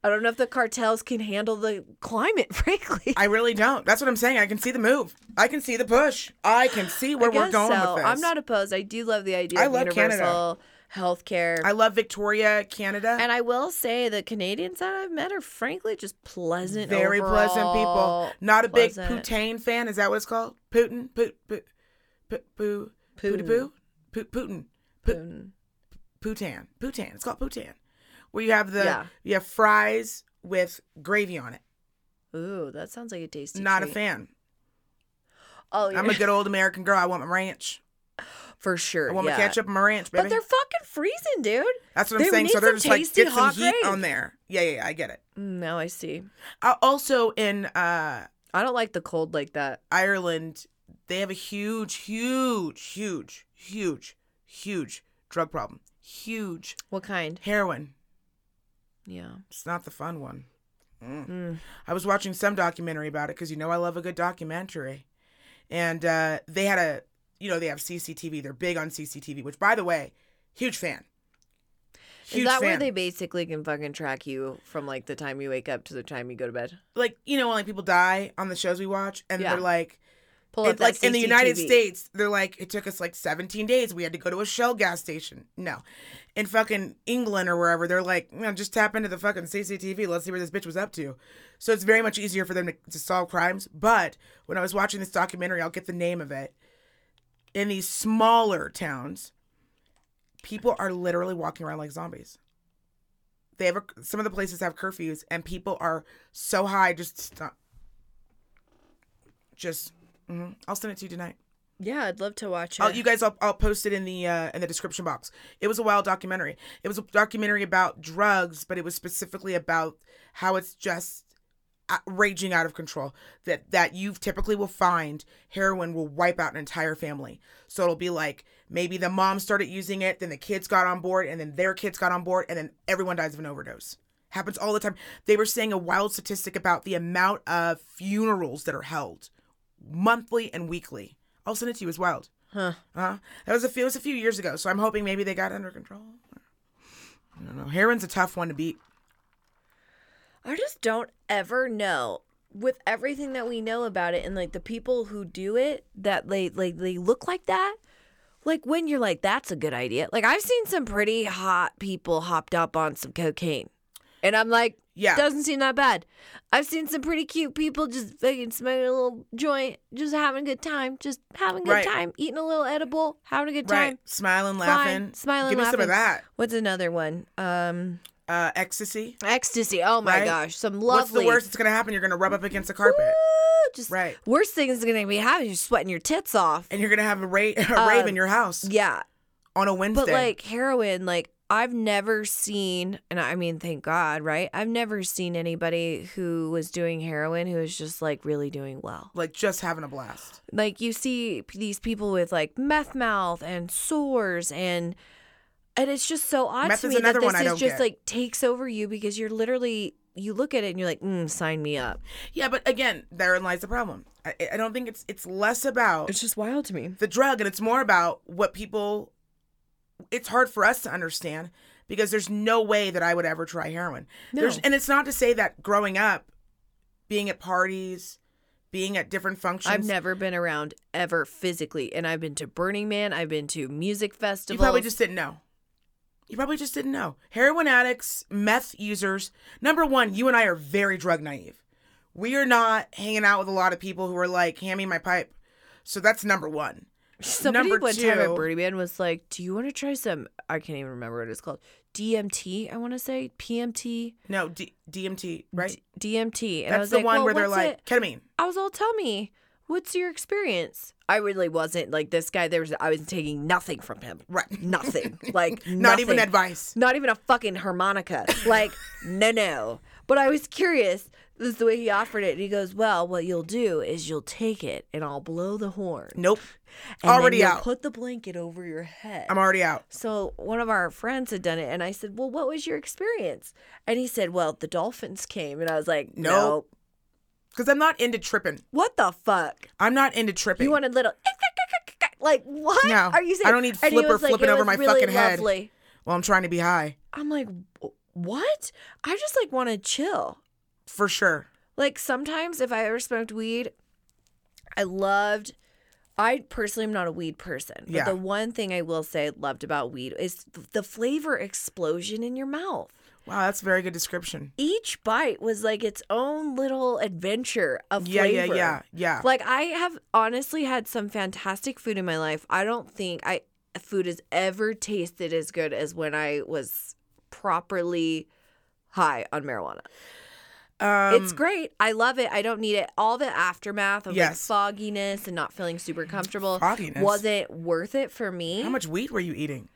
B: I don't know if the cartels can handle the climate, frankly.
A: I really don't. That's what I'm saying. I can see the move. I can see the push. I can see where
B: I
A: we're
B: guess
A: going
B: so.
A: with this.
B: I'm not opposed. I do love the idea
A: I
B: of
A: love Canada.
B: universal healthcare.
A: I love Victoria, Canada.
B: and I will say the Canadians that I've met are frankly just pleasant.
A: Very pleasant people.
B: overall.
A: Not a big
B: Pleasant.
A: Putin fan. Is that what it's called? Putin? Poo, poo, poo, poo, poo,
B: Putin.
A: poo, poo, Putin. Poo,
B: Putin.
A: Putin. Putin. It's called Putin. Where you have the
B: Yeah.
A: you have fries with gravy on it.
B: Ooh, that sounds like a tasty.
A: Not a
B: treat.
A: fan.
B: Oh, yeah.
A: I'm a good old American girl. I want my ranch.
B: for sure.
A: I want my
B: yeah.
A: ketchup and my ranch, baby.
B: But they're fucking freezing, dude.
A: That's what I'm
B: they
A: saying.
B: need
A: So they're
B: some
A: just like
B: tasty
A: get some
B: hot
A: heat
B: gravy.
A: on there. Yeah, yeah, yeah, I get it.
B: No, Mm, I see.
A: Uh, also in uh,
B: I don't like the cold like that.
A: Ireland, they have a huge, huge, huge, huge, huge drug problem. Huge
B: What kind?
A: heroin.
B: Yeah.
A: It's not the fun one. Mm.
B: Mm.
A: I was watching some documentary about it because you know I love a good documentary, and uh, they had a you know they have CCTV. They're big on CCTV, which by the way, huge fan, Huge
B: Is that where
A: fan.
B: they basically can fucking track you from like the time you wake up to the time you go to bed?
A: like you know when like people die on the shows we watch and
B: Yeah.
A: they're like
B: Pull up
A: it- like
B: that
A: in the United
B: CCTV.
A: States they're like it took us like 17 days we had to go to a Shell gas station no in fucking England or wherever they're like you know, just tap into the fucking CCTV let's see where this bitch was up to so it's very much easier for them to, to solve crimes but when I was watching this documentary I'll get the name of it in these smaller towns people are literally walking around like zombies they have a, some of the places have curfews and people are so high just st- just mhm. i'll send it to you tonight
B: Yeah, I'd love to watch it.
A: I'll, Oh, you guys I'll, I'll post it in the uh, in the description box it was a wild documentary it was a documentary about drugs but it was specifically about how it's just uh, raging out of control that that you typically will find heroin will wipe out an entire family so it'll be like maybe the mom started using it then the kids got on board and then their kids got on board and then everyone dies of an overdose happens all the time they were saying a wild statistic about the amount of funerals that are held monthly and weekly i'll send it to you as wild
B: huh.
A: uh, that was a few. It was a few years ago, so I'm hoping maybe they got it under control. I don't know. Heroin's a tough one to beat.
B: I just don't ever know with everything that we know about it and like the people who do it that they like they look like that. Like when you're like, that's a good idea. Like I've seen some pretty hot people hopped up on some cocaine. And I'm like,
A: Yeah.
B: doesn't seem that bad. I've seen some pretty cute people just fucking smoking a little joint, just having a good time, just having a good
A: Right.
B: time, eating a little edible, having a good time.
A: Right. Smiling, laughing.
B: Fine. Smiling,
A: Give me some of
B: laughing.
A: that.
B: What's another one? Um
A: Uh, ecstasy.
B: ecstasy. Oh my
A: Right.
B: gosh. Some lovely
A: What's the worst that's gonna happen? You're gonna rub up against the carpet,
B: Ooh, just
A: Right.
B: worst thing is gonna be having you sweating your tits off.
A: and you're gonna have a, ra- a rave in your house
B: Um, Yeah,
A: on a Wednesday.
B: but like heroin, like I've never seen, and I mean, thank God, right? I've never seen anybody who was doing heroin who was just like really doing well.
A: Like, just having a blast.
B: Like you see p- these people with like meth mouth and sores and. And it's just so odd
A: Meth
B: to
A: is
B: me that
A: another
B: this
A: one I
B: is
A: don't
B: just
A: get.
B: like takes over you because you're literally you look at it and you're like, mm, sign me up.
A: Yeah, but again, therein lies the problem. I, I don't think it's it's less about
B: just wild to me.
A: the drug and it's more about what people it's hard for us to understand because there's no way that I would ever try heroin.
B: No.
A: There's and it's not to say that growing up being at parties, being at different functions.
B: I've never been around ever physically, and I've been to Burning Man. I've been to music
A: you
B: festivals.
A: probably just didn't know. You probably just didn't know. Heroin addicts, meth users. Number 1, you and I are very drug naive. We are not hanging out with a lot of people who are like, "Hand me my pipe." So that's number 1.
B: somebody
A: number
B: one time
A: two-
B: at Burning Man was like, "Do you want to try some?" I can't even remember what it's called. DMT, I want to say PMT,
A: No, D- DMT, right?
B: D- DMT, and I
A: that's
B: was
A: the
B: like,
A: one
B: "Well,
A: where they're
B: what's
A: like,
B: it?"
A: "Ketamine."
B: I was all, "Tell me, what's your experience?" I really wasn't like this guy. There was I was taking nothing from him,
A: Right.
B: Nothing, like
A: Not even
B: nothing.
A: advice.
B: Not even a fucking harmonica. Like, no, no. But I was curious. This is the way he offered it. And he goes, Well, what you'll do is you'll take it and I'll blow the horn.
A: Nope.
B: And then
A: Already
B: you'll
A: out.
B: Put the blanket over your head.
A: I'm already out.
B: so one of our friends had done it. And I said, Well, what was your experience? And he said, Well, the dolphins came. And I was like,
A: Nope.
B: No.
A: Because I'm not into tripping.
B: What the fuck?
A: I'm not into tripping.
B: You wanted little. Like, what
A: No,
B: are you saying?
A: I don't need
B: And he
A: flipper
B: was like,
A: flipping
B: "It
A: over
B: was
A: my
B: really
A: fucking head."
B: lovely."
A: well, I'm trying to be high
B: I'm like, "Wh- What? I just like want to chill.
A: for sure.
B: Like sometimes if I ever smoked weed, I loved I personally am not a weed person. But
A: Yeah.
B: the one thing I will say I loved about weed is th- the flavor explosion in your mouth.
A: Wow, that's a very good description.
B: Each bite was like its own little adventure of
A: Yeah, yeah,
B: flavor.
A: yeah, yeah.
B: Like I have honestly had some fantastic food in my life. I don't think I food has ever tasted as good as when I was properly high on marijuana
A: Um,
B: it's great. I love it. I don't need it. All the aftermath of
A: Yes.
B: like fogginess and not feeling super comfortable
A: Fogginess?
B: wasn't worth it for me.
A: How much weed were you eating?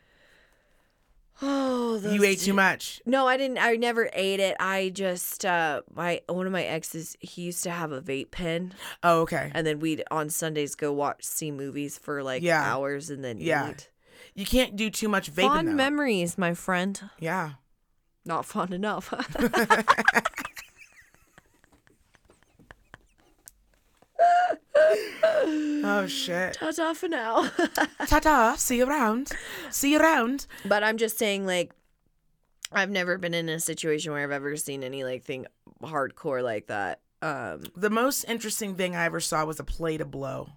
B: Oh, those
A: You ate too much.
B: No, I didn't. I never ate it. I just uh my one of my exes. He used to have a vape pen,
A: Oh, okay.
B: and then we'd on Sundays go watch see movies for like
A: Yeah.
B: hours, and then
A: Yeah.
B: eat.
A: You can't do too much vaping.
B: Fond
A: though.
B: memories, my friend.
A: yeah.
B: Not fond enough.
A: Oh shit.
B: Ta ta for now.
A: Ta ta. See you around. See you around.
B: But I'm just saying, like, I've never been in a situation where I've ever seen any like thing hardcore like that. Um,
A: The most interesting thing I ever saw was a plate of blow,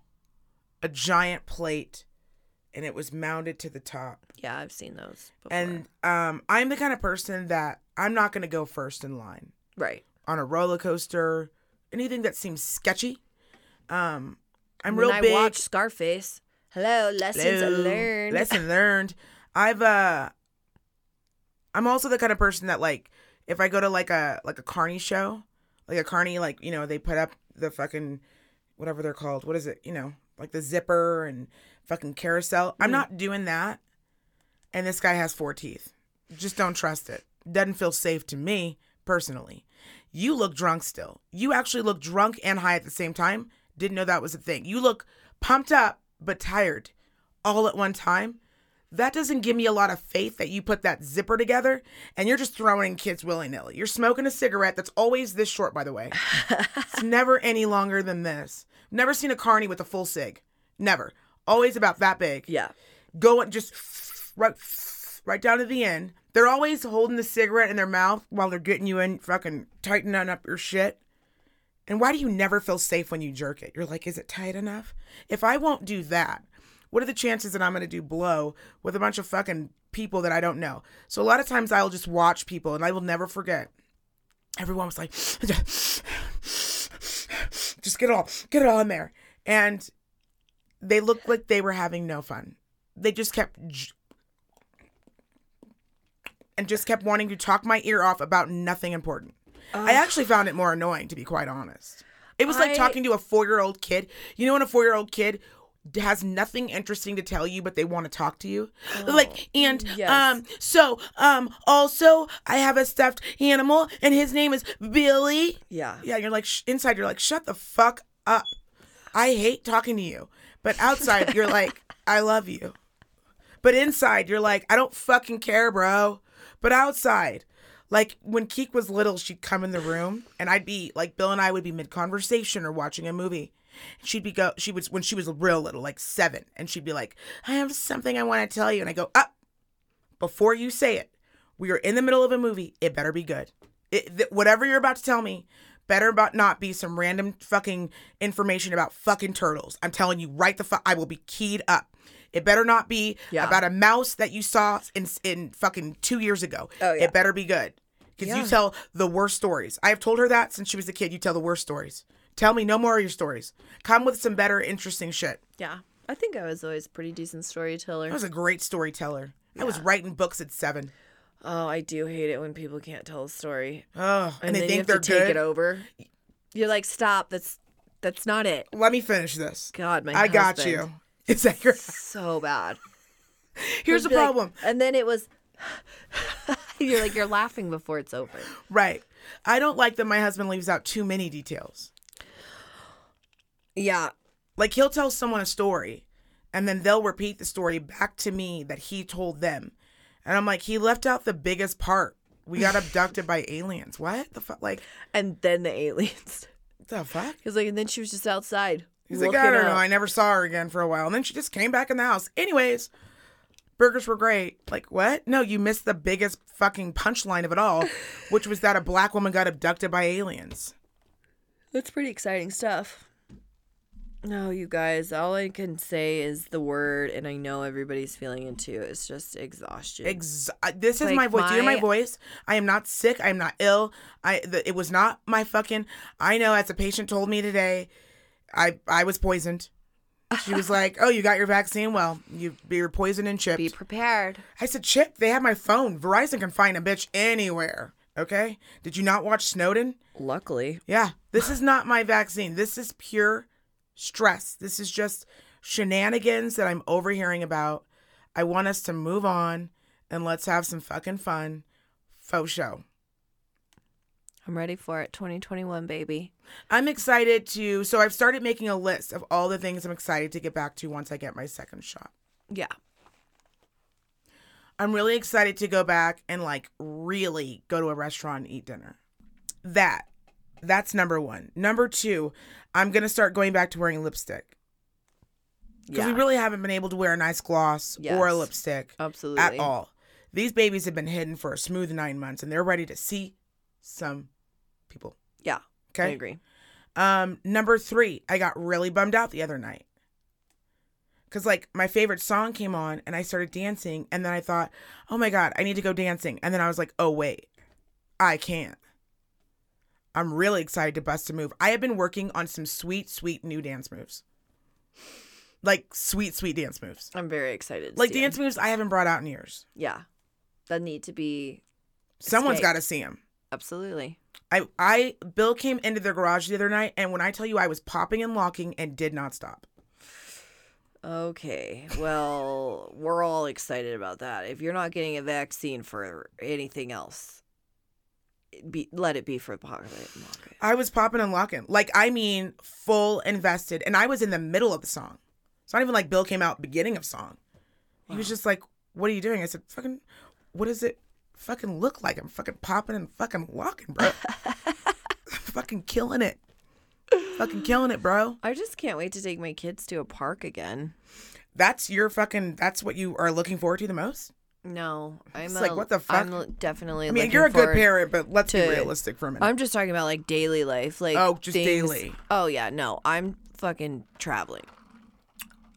A: a giant plate, and it was mounted to the top.
B: yeah, I've seen those. Before.
A: And um, I'm the kind of person that I'm not going to go first in line
B: right,
A: on a roller coaster, anything that seems sketchy. Um, I'm
B: when
A: real
B: I
A: big.
B: watch Scarface. Hello, lessons
A: Hello.
B: learned.
A: Lesson learned. I've uh I'm also the kind of person that like if I go to like a like a carny show, like a carny like, you know, they put up the fucking whatever they're called. What is it? You know, like the zipper and fucking carousel. I'm
B: Mm.
A: not doing that. And this guy has four teeth. Just don't trust it. Doesn't feel safe to me personally. You look drunk still. You actually look drunk and high at the same time. Didn't know that was a thing. You look pumped up but tired all at one time. That doesn't give me a lot of faith that you put that zipper together and you're just throwing kids willy nilly. You're smoking a cigarette that's always this short, by the way. it's never any longer than this. Never seen a carny with a full cig. Never. Always about that big
B: Yeah,
A: going just right right down to the end. They're always holding the cigarette in their mouth while they're getting you in fucking tightening up your shit. And why do you never feel safe when you jerk it? You're like, is it tight enough? If I won't do that, what are the chances that I'm gonna do blow with a bunch of fucking people that I don't know? So a lot of times I'll just watch people and I will never forget. Everyone was like, just get it all, get it all in there. And they looked like they were having no fun. They just kept j- and just kept wanting to talk my ear off about nothing important. I actually found it more annoying, to be quite honest. It was like
B: I-
A: talking to a four year old kid. You know, when a four year old kid has nothing interesting to tell you, but they want to talk to you. like, and
B: Oh, yes.
A: um, so um, also I have a stuffed animal, and his name is Billy.
B: yeah.
A: Yeah, you're like sh- inside. You're like, shut the fuck up. I hate talking to you, but outside you're like, I love you. But inside you're like, I don't fucking care, bro. But outside, like when Keek was little, she'd come in the room and I'd be like, Bill and I would be mid conversation or watching a movie. She'd be go. She was when she was real little, like seven, and she'd be like, I have something I want to tell you, and I go up before you say it, we are in the middle of a movie. It better be good. It, th- whatever you're about to tell me, better about not be some random fucking information about fucking turtles. I'm telling you right the fuck. I will be keyed up. It better not be
B: Yeah.
A: about a mouse that you saw in in fucking two years ago.
B: Oh, yeah.
A: It better be good because
B: Yeah.
A: you tell the worst stories. I have told her that since she was a kid. You tell the worst stories. Tell me no more of your stories. Come with some better, interesting shit.
B: Yeah. I think I was always a pretty
A: I
B: decent storyteller.
A: was a great storyteller. I was writing books at seven.
B: Oh, I do hate it when people can't tell a story.
A: Oh, and, they
B: then
A: think
B: you have
A: they're
B: to take
A: good.
B: it over. You're like, stop. That's that's not it.
A: Let me finish this.
B: God, my
A: I got
B: husband.
A: you. It's like you're-
B: So bad.
A: here's
B: He'd
A: the
B: be like-
A: problem,
B: and then it was you're like you're laughing before it's over.
A: right? I don't like that my husband leaves out too many details.
B: Yeah.
A: Like he'll tell someone a story, and then they'll repeat the story back to me that he told them, and I'm like, he left out the biggest part. We got abducted by aliens. What the fuck? Like
B: And then the aliens.
A: the fuck?
B: He was like, and then she was just outside.
A: He's
B: looking
A: like, I don't
B: up.
A: know. I never saw her again for a while. And then she just came back in the house. Anyways, burgers were great. Like, what? No, you missed the biggest fucking punchline of it all, which was that a black woman got abducted by aliens.
B: That's pretty exciting stuff. No, you guys, all I can say is the word, and I know everybody's feeling it too. It's just exhaustion.
A: Ex- I- this is
B: Like
A: my voice. Do you hear
B: my-
A: my voice? I am not sick. I am not ill. I the, it was not my fucking. I know. As a patient told me today, I I was poisoned. She was like, "Oh, you got your vaccine? Well, you you're poisoned and chipped."
B: Be prepared.
A: I said, Chip, they have my phone. Verizon can find a bitch anywhere. Okay? Did you not watch Snowden?
B: Luckily,
A: Yeah. This is not my vaccine. This is pure stress. This is just shenanigans that I'm overhearing about. I want us to move on and let's have some fucking fun. Faux show.
B: I'm ready for it. 2021, baby.
A: I'm excited to. So I've started making a list of all the things I'm excited to get back to once I get my second shot.
B: Yeah.
A: I'm really excited to go back and like really go to a restaurant and eat dinner. That that's number 1. Number 2, I'm going to start going back to wearing lipstick cuz
B: Yeah.
A: we really haven't been able to wear a nice gloss or
B: Yes.
A: a lipstick
B: absolutely.
A: at all. These babies have been hidden for a smooth nine months, and they're ready to see some people.
B: Yeah, I
A: Okay.
B: agree.
A: Um, number three, I got really bummed out the other night. Cause like my favorite song came on and I started dancing and then I thought, oh my God, I need to go dancing. And then I was like, oh wait, I can't. I'm really excited to bust a move. I have been working on some sweet, sweet new dance moves. Like sweet, sweet dance moves.
B: I'm very excited. to
A: Like
B: see 'em.
A: dance moves I haven't brought out in years.
B: Yeah, that need to be
A: Someone's
B: Escape.
A: got to see them.
B: absolutely.
A: I, I, Bill came into their garage the other night, and when I tell you I was popping and locking and did not stop.
B: Okay, well, we're all excited about that. If you're not getting a vaccine for anything else, it be, let it be for pocket market.
A: I was popping and locking. Like, I mean, full invested. And I was in the middle of the song. It's not even like Bill came out beginning of song. He was just like, What are you doing? I said, Fucking, what does it fucking look like? I'm fucking popping and fucking locking, bro. fucking killing it. Fucking killing it, bro.
B: I just can't wait to take my kids to a park again.
A: That's your fucking, that's what you are looking forward to the most?
B: No, I'm
A: It's like,
B: a-
A: what the fuck?
B: I'm l- definitely.
A: I mean,
B: looking
A: you're a good
B: forward-
A: parent, but let's be
B: to-
A: realistic for a minute.
B: I'm just talking about like daily life, like
A: Oh, just
B: things-
A: daily.
B: Oh yeah, no, I'm fucking traveling.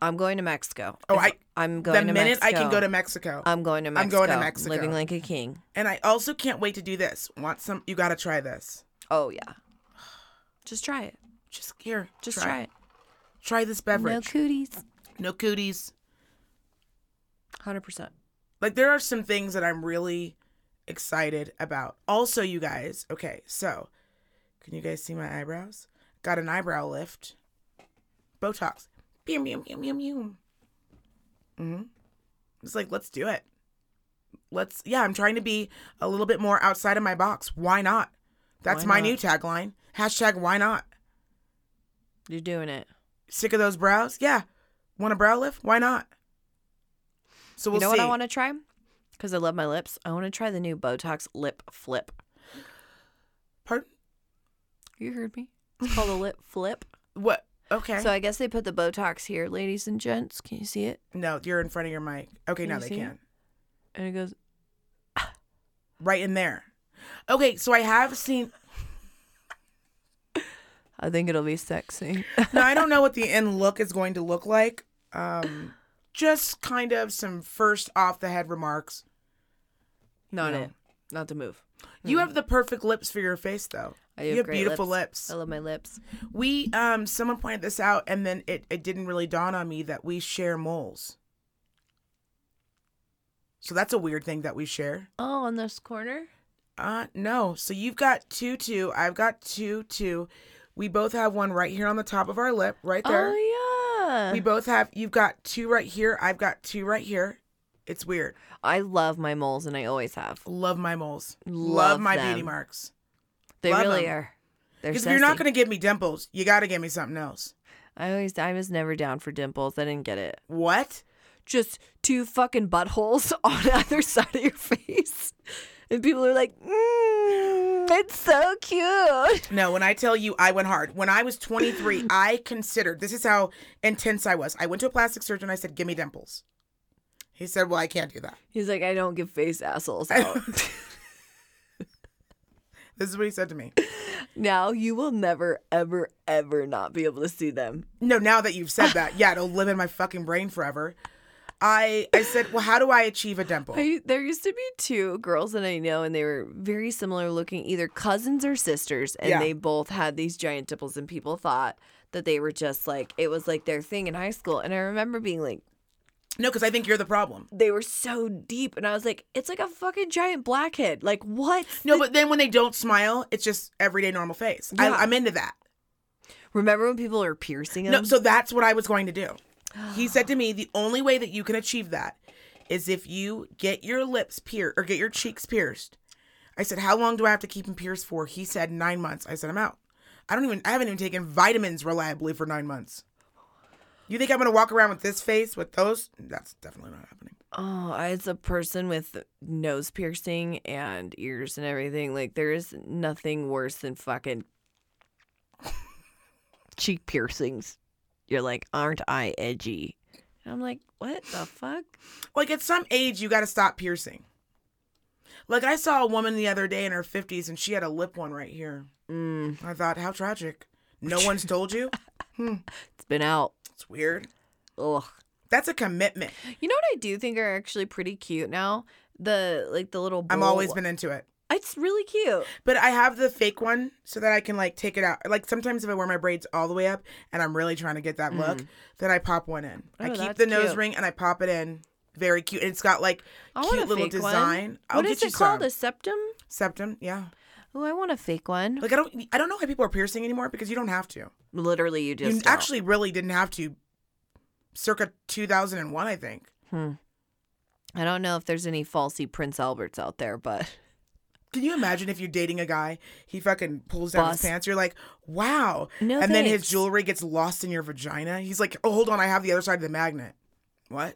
B: I'm going to Mexico.
A: Oh,
B: If
A: I-
B: I'm
A: the
B: going
A: minute
B: to Mexico.
A: I can go to Mexico.
B: I'm going to
A: I'm
B: Mexico.
A: going to Mexico.
B: living like a king.
A: and I also can't wait to do this. Want some? You got to try this.
B: Oh yeah, just try it.
A: Just here.
B: Just try, it.
A: Try this
B: No
A: beverage.
B: cooties.
A: No cooties.
B: Hundred percent.
A: Like there are some things that I'm really excited about. Also, you guys, okay, so can you guys see my eyebrows? Got an eyebrow lift. Botox. Pew, pew, pew, pew, pew. hmm It's like, let's do it. Let's yeah, I'm trying to be a little bit more outside of my box. Why not? That's
B: Why
A: my
B: not?
A: new tagline. Hashtag why not?
B: You're doing it.
A: Sick of those brows? Yeah. Want a brow lift? Why not? So we'll
B: you know
A: see.
B: what I want to try? Because I love my lips. I want to try the new Botox lip flip.
A: Pardon?
B: You heard me. It's called a lip flip.
A: What? Okay.
B: So I guess they put the Botox here, ladies and gents. Can you see it?
A: No, you're in front of your mic. Okay,
B: Can
A: now
B: you
A: they
B: see?
A: can.
B: And it goes.
A: Right in there. Okay, so I have seen.
B: I think it'll be sexy.
A: Now, I don't know what the end look is going to look like. Um, just kind of some first off the head remarks.
B: Not
A: No.
B: it. Not the move.
A: You have the perfect lips for your face, though.
B: Hmm. I
A: you have
B: great
A: beautiful lips.
B: I love my lips.
A: We, um, someone pointed this out, and then it, it didn't really dawn on me that we share moles. So that's a weird thing that we share.
B: Oh, on this corner.
A: Uh no. So you've got two two. I've got two two. We both have one right here on the top of our lip, right there.
B: Oh yeah.
A: We both have you've got two right here. I've got two right here. It's weird.
B: I love my moles, and I always have.
A: Love my moles.
B: Love
A: my
B: them.
A: beauty marks.
B: They
A: Love
B: really
A: 'em.
B: are. They're
A: Because if you're not
B: sassy.
A: gonna give me dimples, you gotta give me something else.
B: I always. I was never down for dimples. I didn't get it.
A: What?
B: Just two fucking buttholes on either side of your face, and people are like, mm, "It's so cute."
A: No, when I tell you I went hard. When I was 23, I considered this is how intense I was. I went to a plastic surgeon. I said, "Give me dimples." He said, "Well, I can't do that."
B: He's like, "I don't give face assholes out."
A: This is what he said to me.
B: now you will never, ever, ever not be able to see them.
A: No, now that you've said that, yeah, it'll live in my fucking brain forever. I I said, well, how do I achieve a dimple?
B: I, there used to be two girls that I know, and they were very similar looking, either cousins or sisters, and
A: Yeah.
B: they both had these giant dimples, and people thought that they were just like it was like their thing in high school. And I remember being like,
A: No, because I think you're the problem.
B: they were so deep, and I was like, it's like a fucking giant blackhead. Like what?
A: No, but then when they don't smile, it's just everyday normal face.
B: Yeah.
A: I, I'm into that.
B: Remember when people are piercing them?
A: No, so that's what I was going to do. He said to me, the only way that you can achieve that is if you get your lips pierced or get your cheeks pierced. I said, how long do I have to keep them pierced for? He said, nine months. I said, I'm out. I don't even. I haven't even taken vitamins reliably for nine months. You think I'm gonna walk around with this face with those? That's definitely not happening.
B: Oh, as a person with nose piercing and ears and everything, like there is nothing worse than fucking cheek piercings. You're like, aren't I edgy? And I'm like, what the fuck?
A: Like at some age, you got to stop piercing. Like I saw a woman the other day in her 50s and she had a lip one right here.
B: Mm,
A: I thought, how tragic. No one's told you?
B: it's been out.
A: It's weird.
B: Ugh.
A: That's a commitment.
B: You know what I do think are actually pretty cute now? The like the little.
A: I've
B: bowl- Uh,
A: always been into it.
B: It's really cute.
A: But I have the fake one so that I can like take it out. Like sometimes if I wear my braids all the way up and I'm really trying to get that look, then I pop one in. I
B: Mm. Oh,
A: keep
B: that's
A: the nose
B: cute.
A: ring and I pop it in. Very cute. And it's got like
B: I want
A: cute
B: a
A: little
B: fake one.
A: design. I'll
B: What
A: get
B: is
A: you
B: it called?
A: some.
B: A septum?
A: septum. Yeah.
B: Oh, I want a fake one.
A: Like I don't I don't know why people are piercing anymore because you don't have to.
B: Literally, you
A: You
B: just don't.
A: actually really didn't have to circa 2001, I think.
B: Hmm. I don't know if there's any falsy Prince Alberts out there, but
A: Can you imagine if you're dating a guy, he fucking pulls down his
B: Bust.
A: pants, you're like, wow.
B: No
A: and then his
B: thanks.
A: jewelry gets lost in your vagina. He's like, oh, hold on, I have the other side of the magnet. What?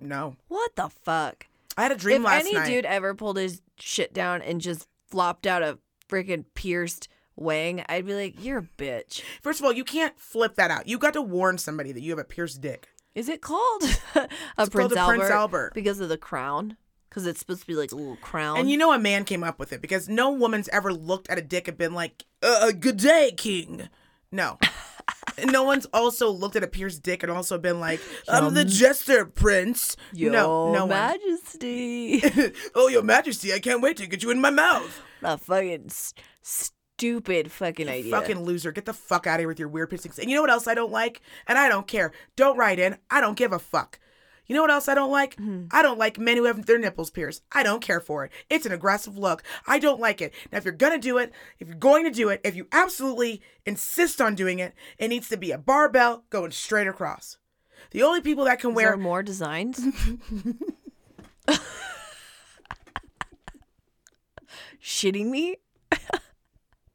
A: No.
B: what the fuck?
A: I had a dream
B: if
A: last
B: any
A: night.
B: dude ever pulled his shit down and just flopped out a freaking pierced wang, I'd be like, "You're a bitch."
A: First of all, you can't flip that out. You got to warn somebody that you have a pierced dick.
B: Is it called a Prince
A: called a
B: Albert?
A: Prince Albert.
B: because of the crown, because it's supposed to be like a little crown.
A: And you know a man came up with it because no woman's ever looked at a dick and been like, uh, good day, king. No. no one's also looked at a pierced dick and also been like, I'm the jester, prince.
B: Your
A: no, no one.
B: Majesty,
A: oh, your majesty, I can't wait to get you in my mouth.
B: a fucking s- stupid fucking idea.
A: Fucking loser. Get the fuck out of here with your weird piercings. And you know what else I don't like? And I don't care. Don't write in. I don't give a fuck. You know what else I don't like?
B: Hmm.
A: I don't like men who have their nipples pierced. I don't care for it. It's an aggressive look. I don't like it. Now, if you're gonna do it, if you're going to do it, if you absolutely insist on doing it, it needs to be a barbell going straight across. The only people that can
B: Is there
A: wear
B: more designs? Shitting me?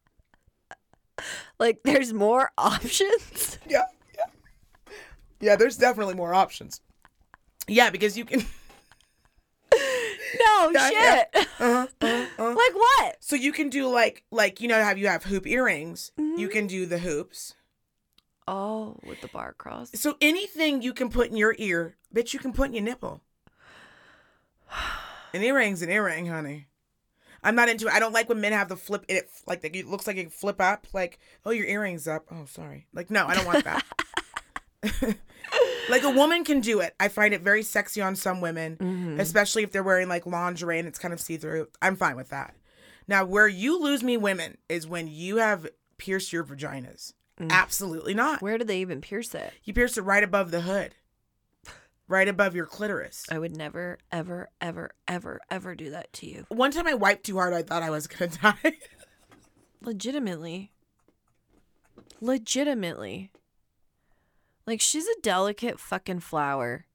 B: like there's more options?
A: yeah, yeah. Yeah, there's definitely more options. Yeah, because you can.
B: No
A: Yeah, yeah.
B: shit. Uh-huh, like what?
A: So you can do like like you know how you have hoop earrings. You can do the hoops.
B: Oh, with the bar cross.
A: So anything you can put in your ear, bitch, you can put in your nipple. An earring's an earring, honey. I'm not into it. I don't like when men have the flip it like they- it looks like it can flip up. Like oh your earrings up. Oh sorry. Like no, I don't want that. like a woman can do it. I find it very sexy on some women, especially if they're wearing like lingerie and it's kind of see through. I'm fine with that. Now, where you lose me, women, is when you have pierced your vaginas. Absolutely not.
B: Where do they even pierce it?
A: You pierced it right above the hood, right above your clitoris.
B: I would never, ever, ever, ever, ever do that to you.
A: One time I wiped too hard, I thought I was gonna die.
B: Legitimately. Legitimately. Like she's a delicate fucking flower.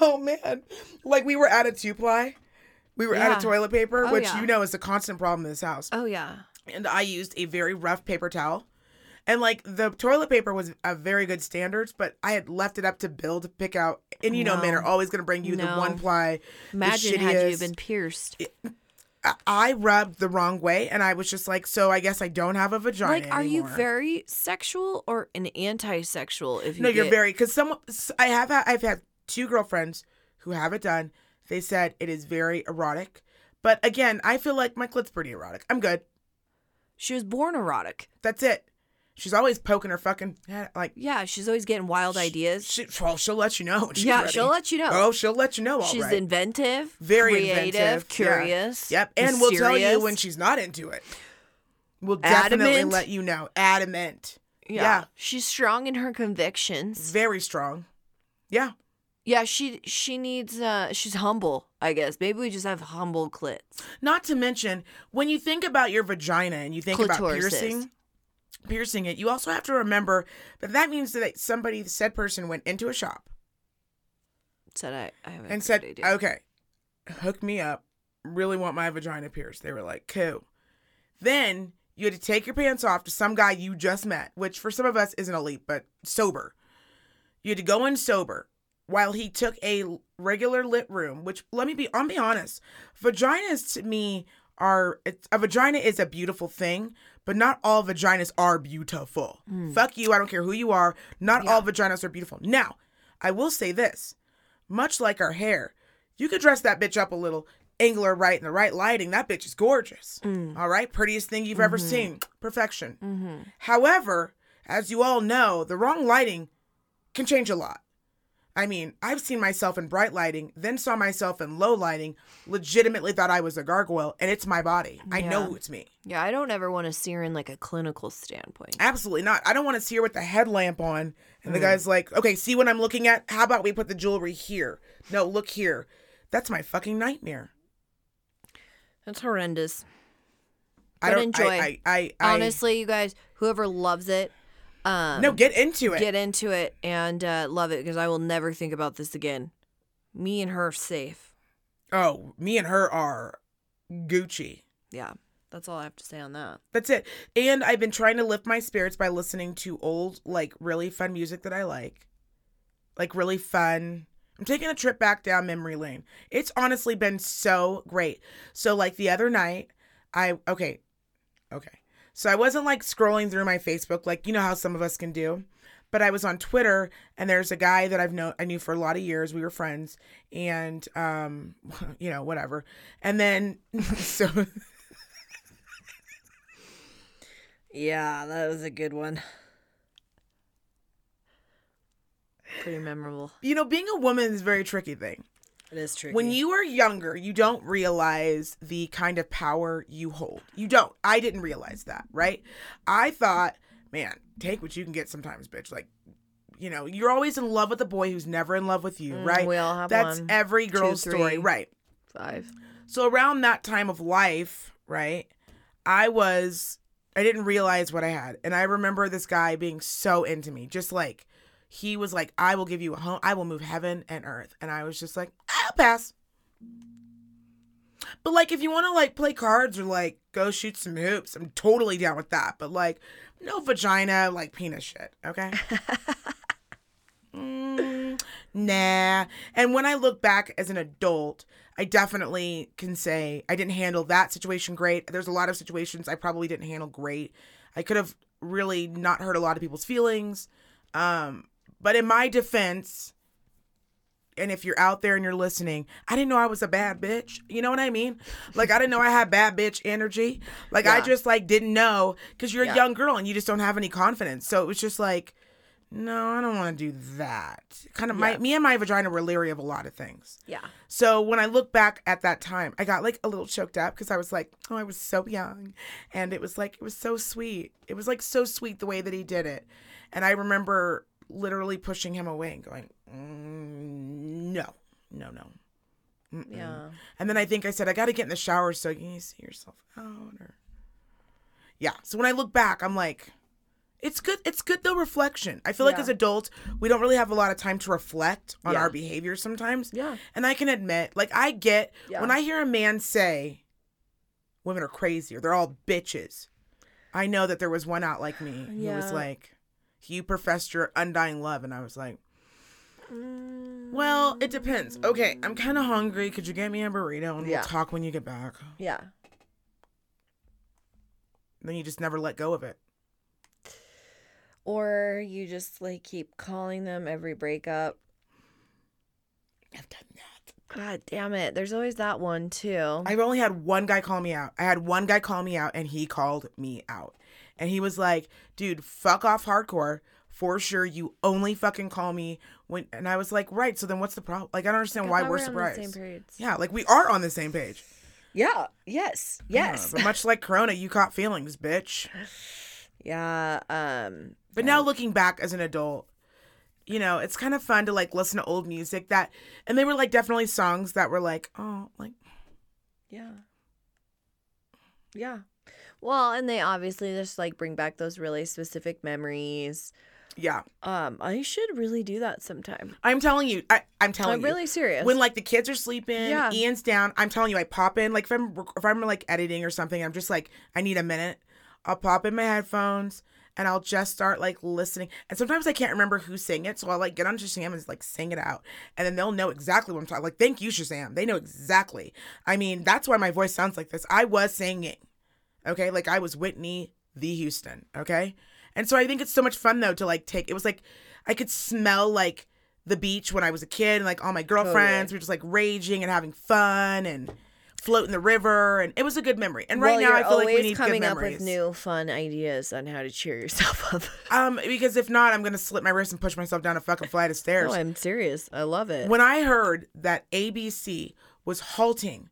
A: oh man. Like we were at a two ply. We were out
B: Yeah.
A: of toilet paper,
B: Oh,
A: which
B: yeah.
A: you know is a constant problem in this house.
B: Oh yeah.
A: and I used a very rough paper towel. And like the toilet paper was a very good standards, but I had left it up to Bill to pick out. And you know, men
B: No.
A: are always going to bring you the
B: No.
A: one ply. the
B: Imagine had you
A: shittiest.
B: been pierced.
A: I- I rubbed the wrong way, and I was just like, so I guess I don't have a vagina.
B: Like, are you
A: anymore."
B: very sexual or an anti-sexual? If you
A: No, you're
B: get-
A: very because some. s- I have had, I've had two girlfriends who have it done. They said it is very erotic, but again, I feel like my clit's pretty erotic. I'm good.
B: She was born erotic.
A: That's it. She's always poking her fucking head, like
B: Yeah, she's always getting wild ideas.
A: she, well, she'll let you know. when she's
B: yeah,
A: ready.
B: she'll let you know.
A: Oh, she'll let you know. all right.
B: she's inventive,
A: very
B: creative,
A: inventive, yeah.
B: curious.
A: Yep, and we'll tell you
B: mysterious.
A: when she's not into it. We'll definitely
B: Adamant.
A: let you know. Adamant.
B: yeah. she's strong in her convictions.
A: very strong. Yeah,
B: Yeah, she she needs. uh She's humble, I guess. Maybe we just have humble clits.
A: Not to mention, when you think about your vagina and you think about
B: Clitorises.
A: piercing, piercing it, you also have to remember that that means that somebody, said person, went into a shop
B: Said I. I have
A: and
B: a great
A: said,
B: idea.
A: "Okay, hook me up. Really want my vagina pierced." They were like, "Cool." Then you had to take your pants off to some guy you just met, which for some of us isn't a leap, but sober. You had to go in sober while he took a l- regular lit room. Which let me be, I'll be honest. Vaginas to me are it's, a vagina is a beautiful thing, but not all vaginas are beautiful.
B: Mm.
A: Fuck you. I don't care who you are. Not all vaginas are beautiful. Now, I will say this much like our hair, you could dress that bitch up a little angler right in the right lighting, that bitch is gorgeous.
B: Mm.
A: All right, prettiest thing you've ever
B: Mhm.
A: seen. Perfection.
B: Mm-hmm.
A: However, as you all know, the wrong lighting can change a lot. I mean, I've seen myself in bright lighting, then saw myself in low lighting, legitimately thought I was a gargoyle, and it's my body. I know
B: Yeah.
A: it's me.
B: Yeah, I don't ever want to see her in like a clinical standpoint.
A: Absolutely not. I don't want to see her with the headlamp on. And the
B: Mm.
A: guy's like, okay, see what I'm looking at? How about we put the jewelry here? No, look here. That's my fucking nightmare.
B: That's horrendous.
A: I
B: But
A: don't
B: enjoy.
A: I, I, I, I
B: Honestly, you guys, whoever loves it, um,
A: no, get into it.
B: get into it and uh, love it because I will never think about this again. Me and her safe.
A: oh, me and her are Gucci.
B: Yeah, that's all I have to say on that.
A: That's it. And I've been trying to lift my spirits by listening to old, like really fun music that I like. Like really fun. I'm taking a trip back down memory lane. It's honestly been so great. So like the other night, I okay. Okay. So I wasn't like scrolling through my Facebook like you know how some of us can do. But I was on Twitter and there's a guy that I've known I knew for a lot of years. We were friends and um you know, whatever. And then so
B: Yeah, that was a good one. Pretty memorable.
A: you know, being a woman is a very tricky thing.
B: It is true.
A: When you are younger, you don't realize the kind of power you hold. You don't. I didn't realize that, right? I thought, man, take what you can get sometimes, bitch. Like, you know, you're always in love with a boy who's never in love with you, right?
B: Mm, We all have
A: That's
B: one.
A: every girl's story,
B: three.
A: right?
B: five.
A: So around that time of life, right, I was I didn't realize what I had. And I remember this guy being so into me, just like he was like, I will give you a home, I will move heaven and earth. And I was just like, I'll pass. But like if you want to like play cards or like go shoot some hoops, I'm totally down with that. But like no vagina, like penis shit, okay? Mm, nah. And when I look back as an adult, I definitely can say I didn't handle that situation great. There's a lot of situations I probably didn't handle great. I could have really not hurt a lot of people's feelings. Um, but in my defense, and if you're out there and you're listening, I didn't know I was a bad bitch. You know what I mean? Like I didn't know I had bad bitch energy. Like I
B: Yeah.
A: just like didn't know because you're a
B: Yeah.
A: young girl and you just don't have any confidence. So it was just like no, I don't want to do that. Kind of my
B: Yeah.
A: me and my vagina were leery of a lot of things.
B: Yeah.
A: So when I look back at that time, I got like a little choked up because I was like, oh, I was so young, and it was like it was so sweet. It was like so sweet the way that he did it, and I remember literally pushing him away and going, mm, no, no, no. Mm-mm.
B: Yeah.
A: And then I think I said, I got to get in the shower so you can see yourself out. Or... Yeah. So when I look back, I'm like, it's good. It's good though, reflection. I feel like
B: Yeah.
A: as adults, we don't really have a lot of time to reflect on
B: Yeah.
A: our behavior sometimes.
B: Yeah.
A: And I can admit, like, I get
B: Yeah.
A: when I hear a man say, women are crazy or they're all bitches. I know that there was one out like me who
B: Yeah.
A: was like, you professed your undying love. And I was like, well, it depends. Okay, I'm kind of hungry. Could you get me a burrito and
B: Yeah.
A: we'll talk when you get back?
B: Yeah.
A: Then you just never let go of it.
B: Or you just like keep calling them every breakup.
A: I've done that.
B: God damn it. There's always that one too.
A: I've only had one guy call me out. I had one guy call me out and he called me out. And he was like, dude, fuck off hardcore. For sure, you only fucking call me when. And I was like, right. So then what's the problem? Like, I don't understand why we're surprised. Yeah, like we are on the same page.
B: Yeah. Yes. Yes.
A: Yeah, but much like Corona, you caught feelings, bitch.
B: Yeah. Um.
A: But now looking back as an adult, you know, it's kind of fun to like listen to old music that, and they were like definitely songs that were like, oh, like
B: Yeah. Yeah. Well, and they obviously just like bring back those really specific memories.
A: yeah.
B: Um, I should really do that sometime.
A: I'm telling you, I, I'm telling
B: I'm
A: you,
B: really serious.
A: when like the kids are sleeping,
B: Yeah.
A: Ian's down. I'm telling you, I pop in like if I'm rec- if I'm like editing or something, I'm just like I need a minute. I'll pop in my headphones and I'll just start like listening. And sometimes I can't remember who sang it, so I'll like get on Shazam and just, like sing it out, and then they'll know exactly what I'm talking. Like thank you Shazam, they know exactly. I mean that's why my voice sounds like this. I was singing, okay, like I was Whitney the Houston, okay. And so I think it's so much fun though to like take. It was like I could smell like the beach when I was a kid, and like all my girlfriends we
B: Totally.
A: were just like raging and having fun and float in the river, and it was a good memory. And right
B: well,
A: now,
B: you're
A: I feel like
B: always
A: we need
B: coming
A: good
B: up
A: memories.
B: with new fun ideas on how to cheer yourself up.
A: um, because if not, I'm gonna slip my wrist and push myself down a fucking flight of stairs.
B: no, I'm serious. I love it.
A: When I heard that ABC was halting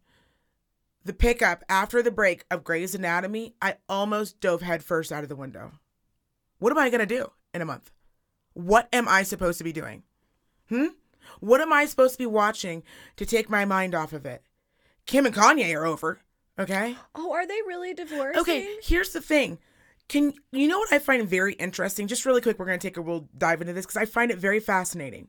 A: the pickup after the break of Grey's Anatomy, I almost dove headfirst out of the window. What am I going to do in a month? What am I supposed to be doing? Hmm? What am I supposed to be watching to take my mind off of it? Kim and Kanye are over, okay?
B: oh, are they really divorced?
A: Okay, here's the thing. Can you know what I find very interesting? Just really quick, we're going to take a we'll dive into this because I find it very fascinating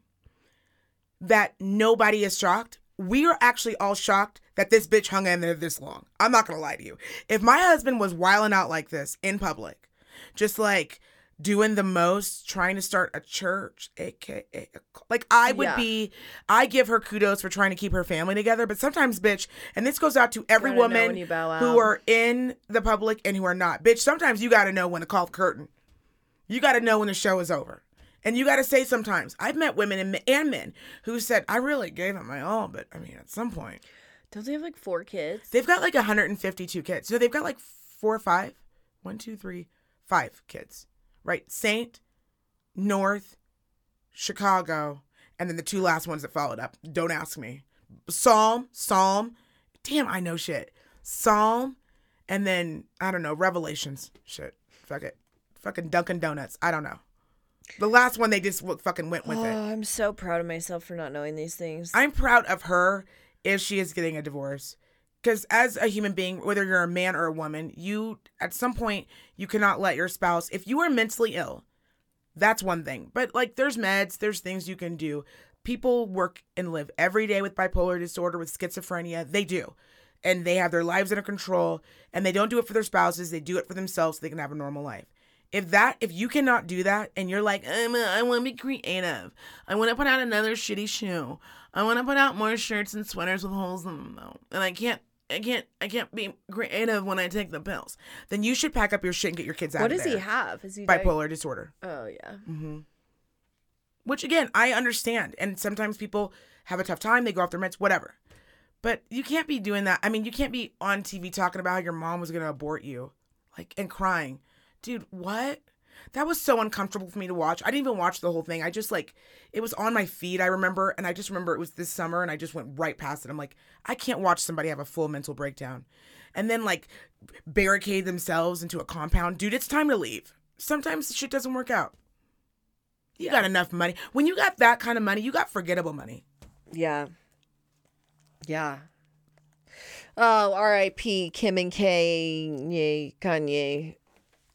A: that nobody is shocked. We are actually all shocked that this bitch hung in there this long. I'm not going to lie to you. If my husband was wiling out like this in public, just like doing the most, trying to start a church, aka a cult, like I would
B: Yeah.
A: be, I give her kudos for trying to keep her family together. But sometimes, bitch, and this goes out to every
B: Gotta know
A: woman
B: when you bow
A: who
B: out.
A: are in the public and who are not. Bitch, sometimes you got to know when to call the curtain. You got to know when the show is over. And you got to say sometimes. I've met women and, and men who said, I really gave it my all, but I mean, at some point,
B: Don't they have like four kids?
A: they've got like 152 kids. So they've got like four or five, one, two, three, five kids, right? Saint, North, Chicago, and then the two last ones that followed up. Don't ask me. Psalm, Psalm, damn, I know shit. Psalm, and then I don't know, Revelations. Shit, fuck it, fucking Dunkin' Donuts. I don't know. The last one they just w- fucking went with
B: oh,
A: it.
B: I'm so proud of myself for not knowing these things.
A: I'm proud of her if she is getting a divorce. Because as a human being, whether you're a man or a woman, you at some point you cannot let your spouse. If you are mentally ill, that's one thing. But like, there's meds, there's things you can do. People work and live every day with bipolar disorder, with schizophrenia. They do, and they have their lives under control, and they don't do it for their spouses. They do it for themselves so they can have a normal life. If that, if you cannot do that, and you're like, um, I want to be creative, I want to put out another shitty shoe, I want to put out more shirts and sweaters with holes in them, though, and I can't. I can't. I can't be creative when I take the pills. Then you should pack up your shit and get your kids out
B: what
A: of
B: does he
A: there.
B: have? Is he diag-
A: Bipolar disorder.
B: Oh yeah.
A: Which again, I understand. And sometimes people have a tough time, they go off their meds, whatever. But you can't be doing that. I mean, you can't be on TV talking about how your mom was going to abort you, like, and crying. Dude, what? That was so uncomfortable for me to watch. I didn't even watch the whole thing. I just like, it was on my feed, I remember. And I just remember it was this summer and I just went right past it. I'm like, I can't watch somebody have a full mental breakdown and then like barricade themselves into a compound. Dude, it's time to leave. Sometimes shit doesn't work out. You got enough money. When you got that kind of money, you got forgettable money.
B: Yeah. Yeah. Oh, R.I.P. Kim and Kanye, Kanye,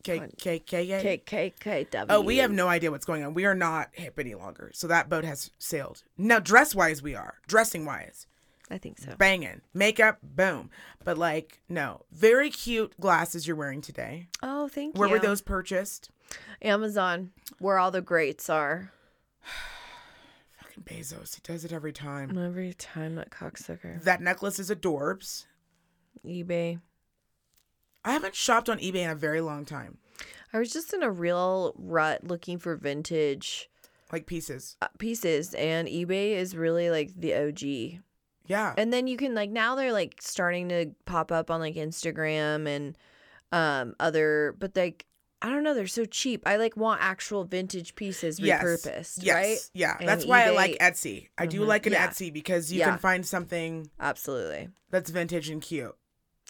A: K K K K.
B: K K K W.
A: Oh, we have no idea what's going on. We are not hip any longer. So that boat has sailed. Now, dress wise, we are. Dressing wise,
B: I think so.
A: banging. Makeup, boom. But like, no. Very cute glasses you're wearing today.
B: Oh, thank
A: Where
B: you.
A: were those purchased?
B: Amazon, where all the greats are.
A: Fucking Bezos. He does it every time.
B: Every time that cocksucker.
A: That necklace is adorbs.
B: eBay.
A: I haven't shopped on eBay in a very long time.
B: I was just in a real rut looking for vintage
A: Like pieces.
B: uh, pieces, and eBay is really like the OG.
A: Yeah.
B: And then you can like now they're like starting to pop up on like Instagram and um other, but like I don't know, they're so cheap. I like want actual vintage pieces repurposed,
A: Yes.
B: right?
A: Yeah.
B: And
A: That's why I
B: eBay-
A: like Etsy. I do
B: Mhm.
A: like an
B: Yeah.
A: Etsy because you
B: Yeah.
A: can find something
B: Absolutely,
A: that's vintage and cute.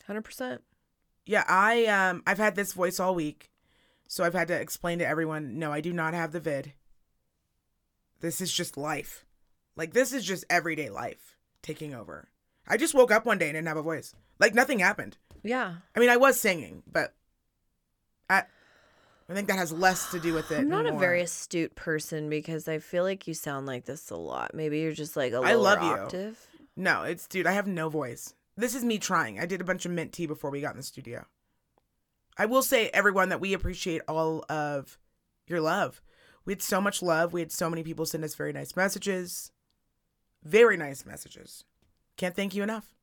B: hundred percent.
A: Yeah, I um I've had this voice all week. So I've had to explain to everyone, no, I do not have the vid. This is just life. Like this is just everyday life taking over. I just woke up one day and didn't have a voice. Like nothing happened.
B: Yeah,
A: I mean, I was singing, but I I think that has less to do with it.
B: I'm not
A: and
B: a
A: more.
B: very astute person because I feel like you sound like this a lot. Maybe you're just like a lower
A: I love you.
B: octave.
A: No, it's dude, I have no voice. This is me trying. I did a bunch of mint tea before we got in the studio. I will say, everyone, that we appreciate all of your love. We had so much love. We had so many people send us very nice messages. Very nice messages. Can't thank you enough.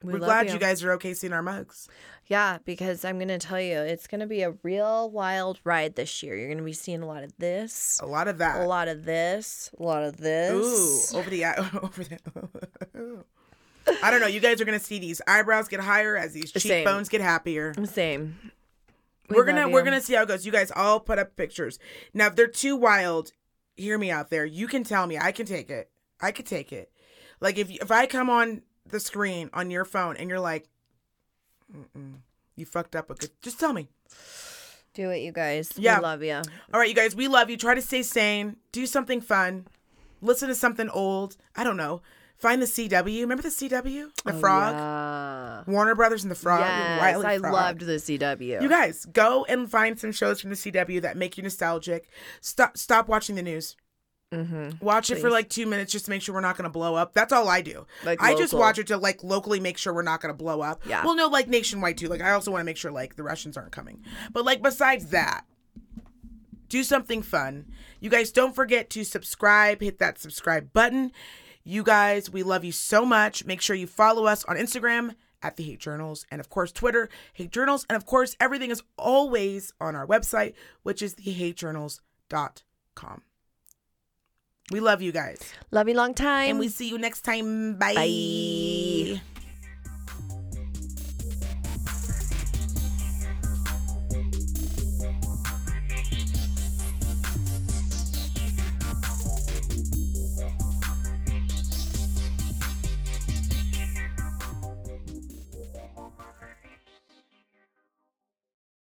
B: We
A: We're
B: love
A: glad you. guys are okay seeing our mugs.
B: Yeah, because I'm gonna tell you, it's gonna be a real wild ride this year. You're gonna be seeing a lot of this,
A: A lot of that.
B: a lot of this, a lot of
A: Oh, Ooh,
B: this.
A: over the eye. Over the. I don't know. You guys are gonna see these eyebrows get higher as these
B: Same.
A: cheekbones get happier.
B: Same. We
A: We are gonna
B: love
A: we're
B: you.
A: gonna see how it goes. You guys all put up pictures. Now, if they're too wild, hear me out there. You can tell me. I can take it. I could take it. Like if if I come on the screen on your phone and you're like, Mm-mm, you fucked up. Okay, just tell me.
B: do it, you guys.
A: Yeah.
B: We love you.
A: All right, you guys, we love you. Try to stay sane. Do something fun. Listen to something old. I don't know. Find the CW. Remember the CW? The
B: Oh,
A: Frog.
B: yeah.
A: Warner Brothers and the Frog.
B: Yes,
A: Wile E.
B: I
A: Frog.
B: loved the CW.
A: You guys, go and find some shows from the CW that make you nostalgic. Stop stop watching the news.
B: mm-hmm.
A: Watch it for
B: Please.
A: like 2 minutes just to make sure we're not going to blow up. That's all I do.
B: Like
A: I just
B: local.
A: watch it to like locally make sure we're not going to blow up.
B: Yeah.
A: Well, no, like nationwide too. Like I also want to make sure like the Russians aren't coming. But like besides that, do something fun. You guys don't forget to subscribe, hit that subscribe button. You guys, we love you so much. Make sure you follow us on Instagram at the Hate Journals and of course Twitter, Hate Journals, and of course everything is always on our website, which is thehatejournals.com. We love you guys.
B: Love you long time.
A: And we see you next time. Bye.
B: Bye.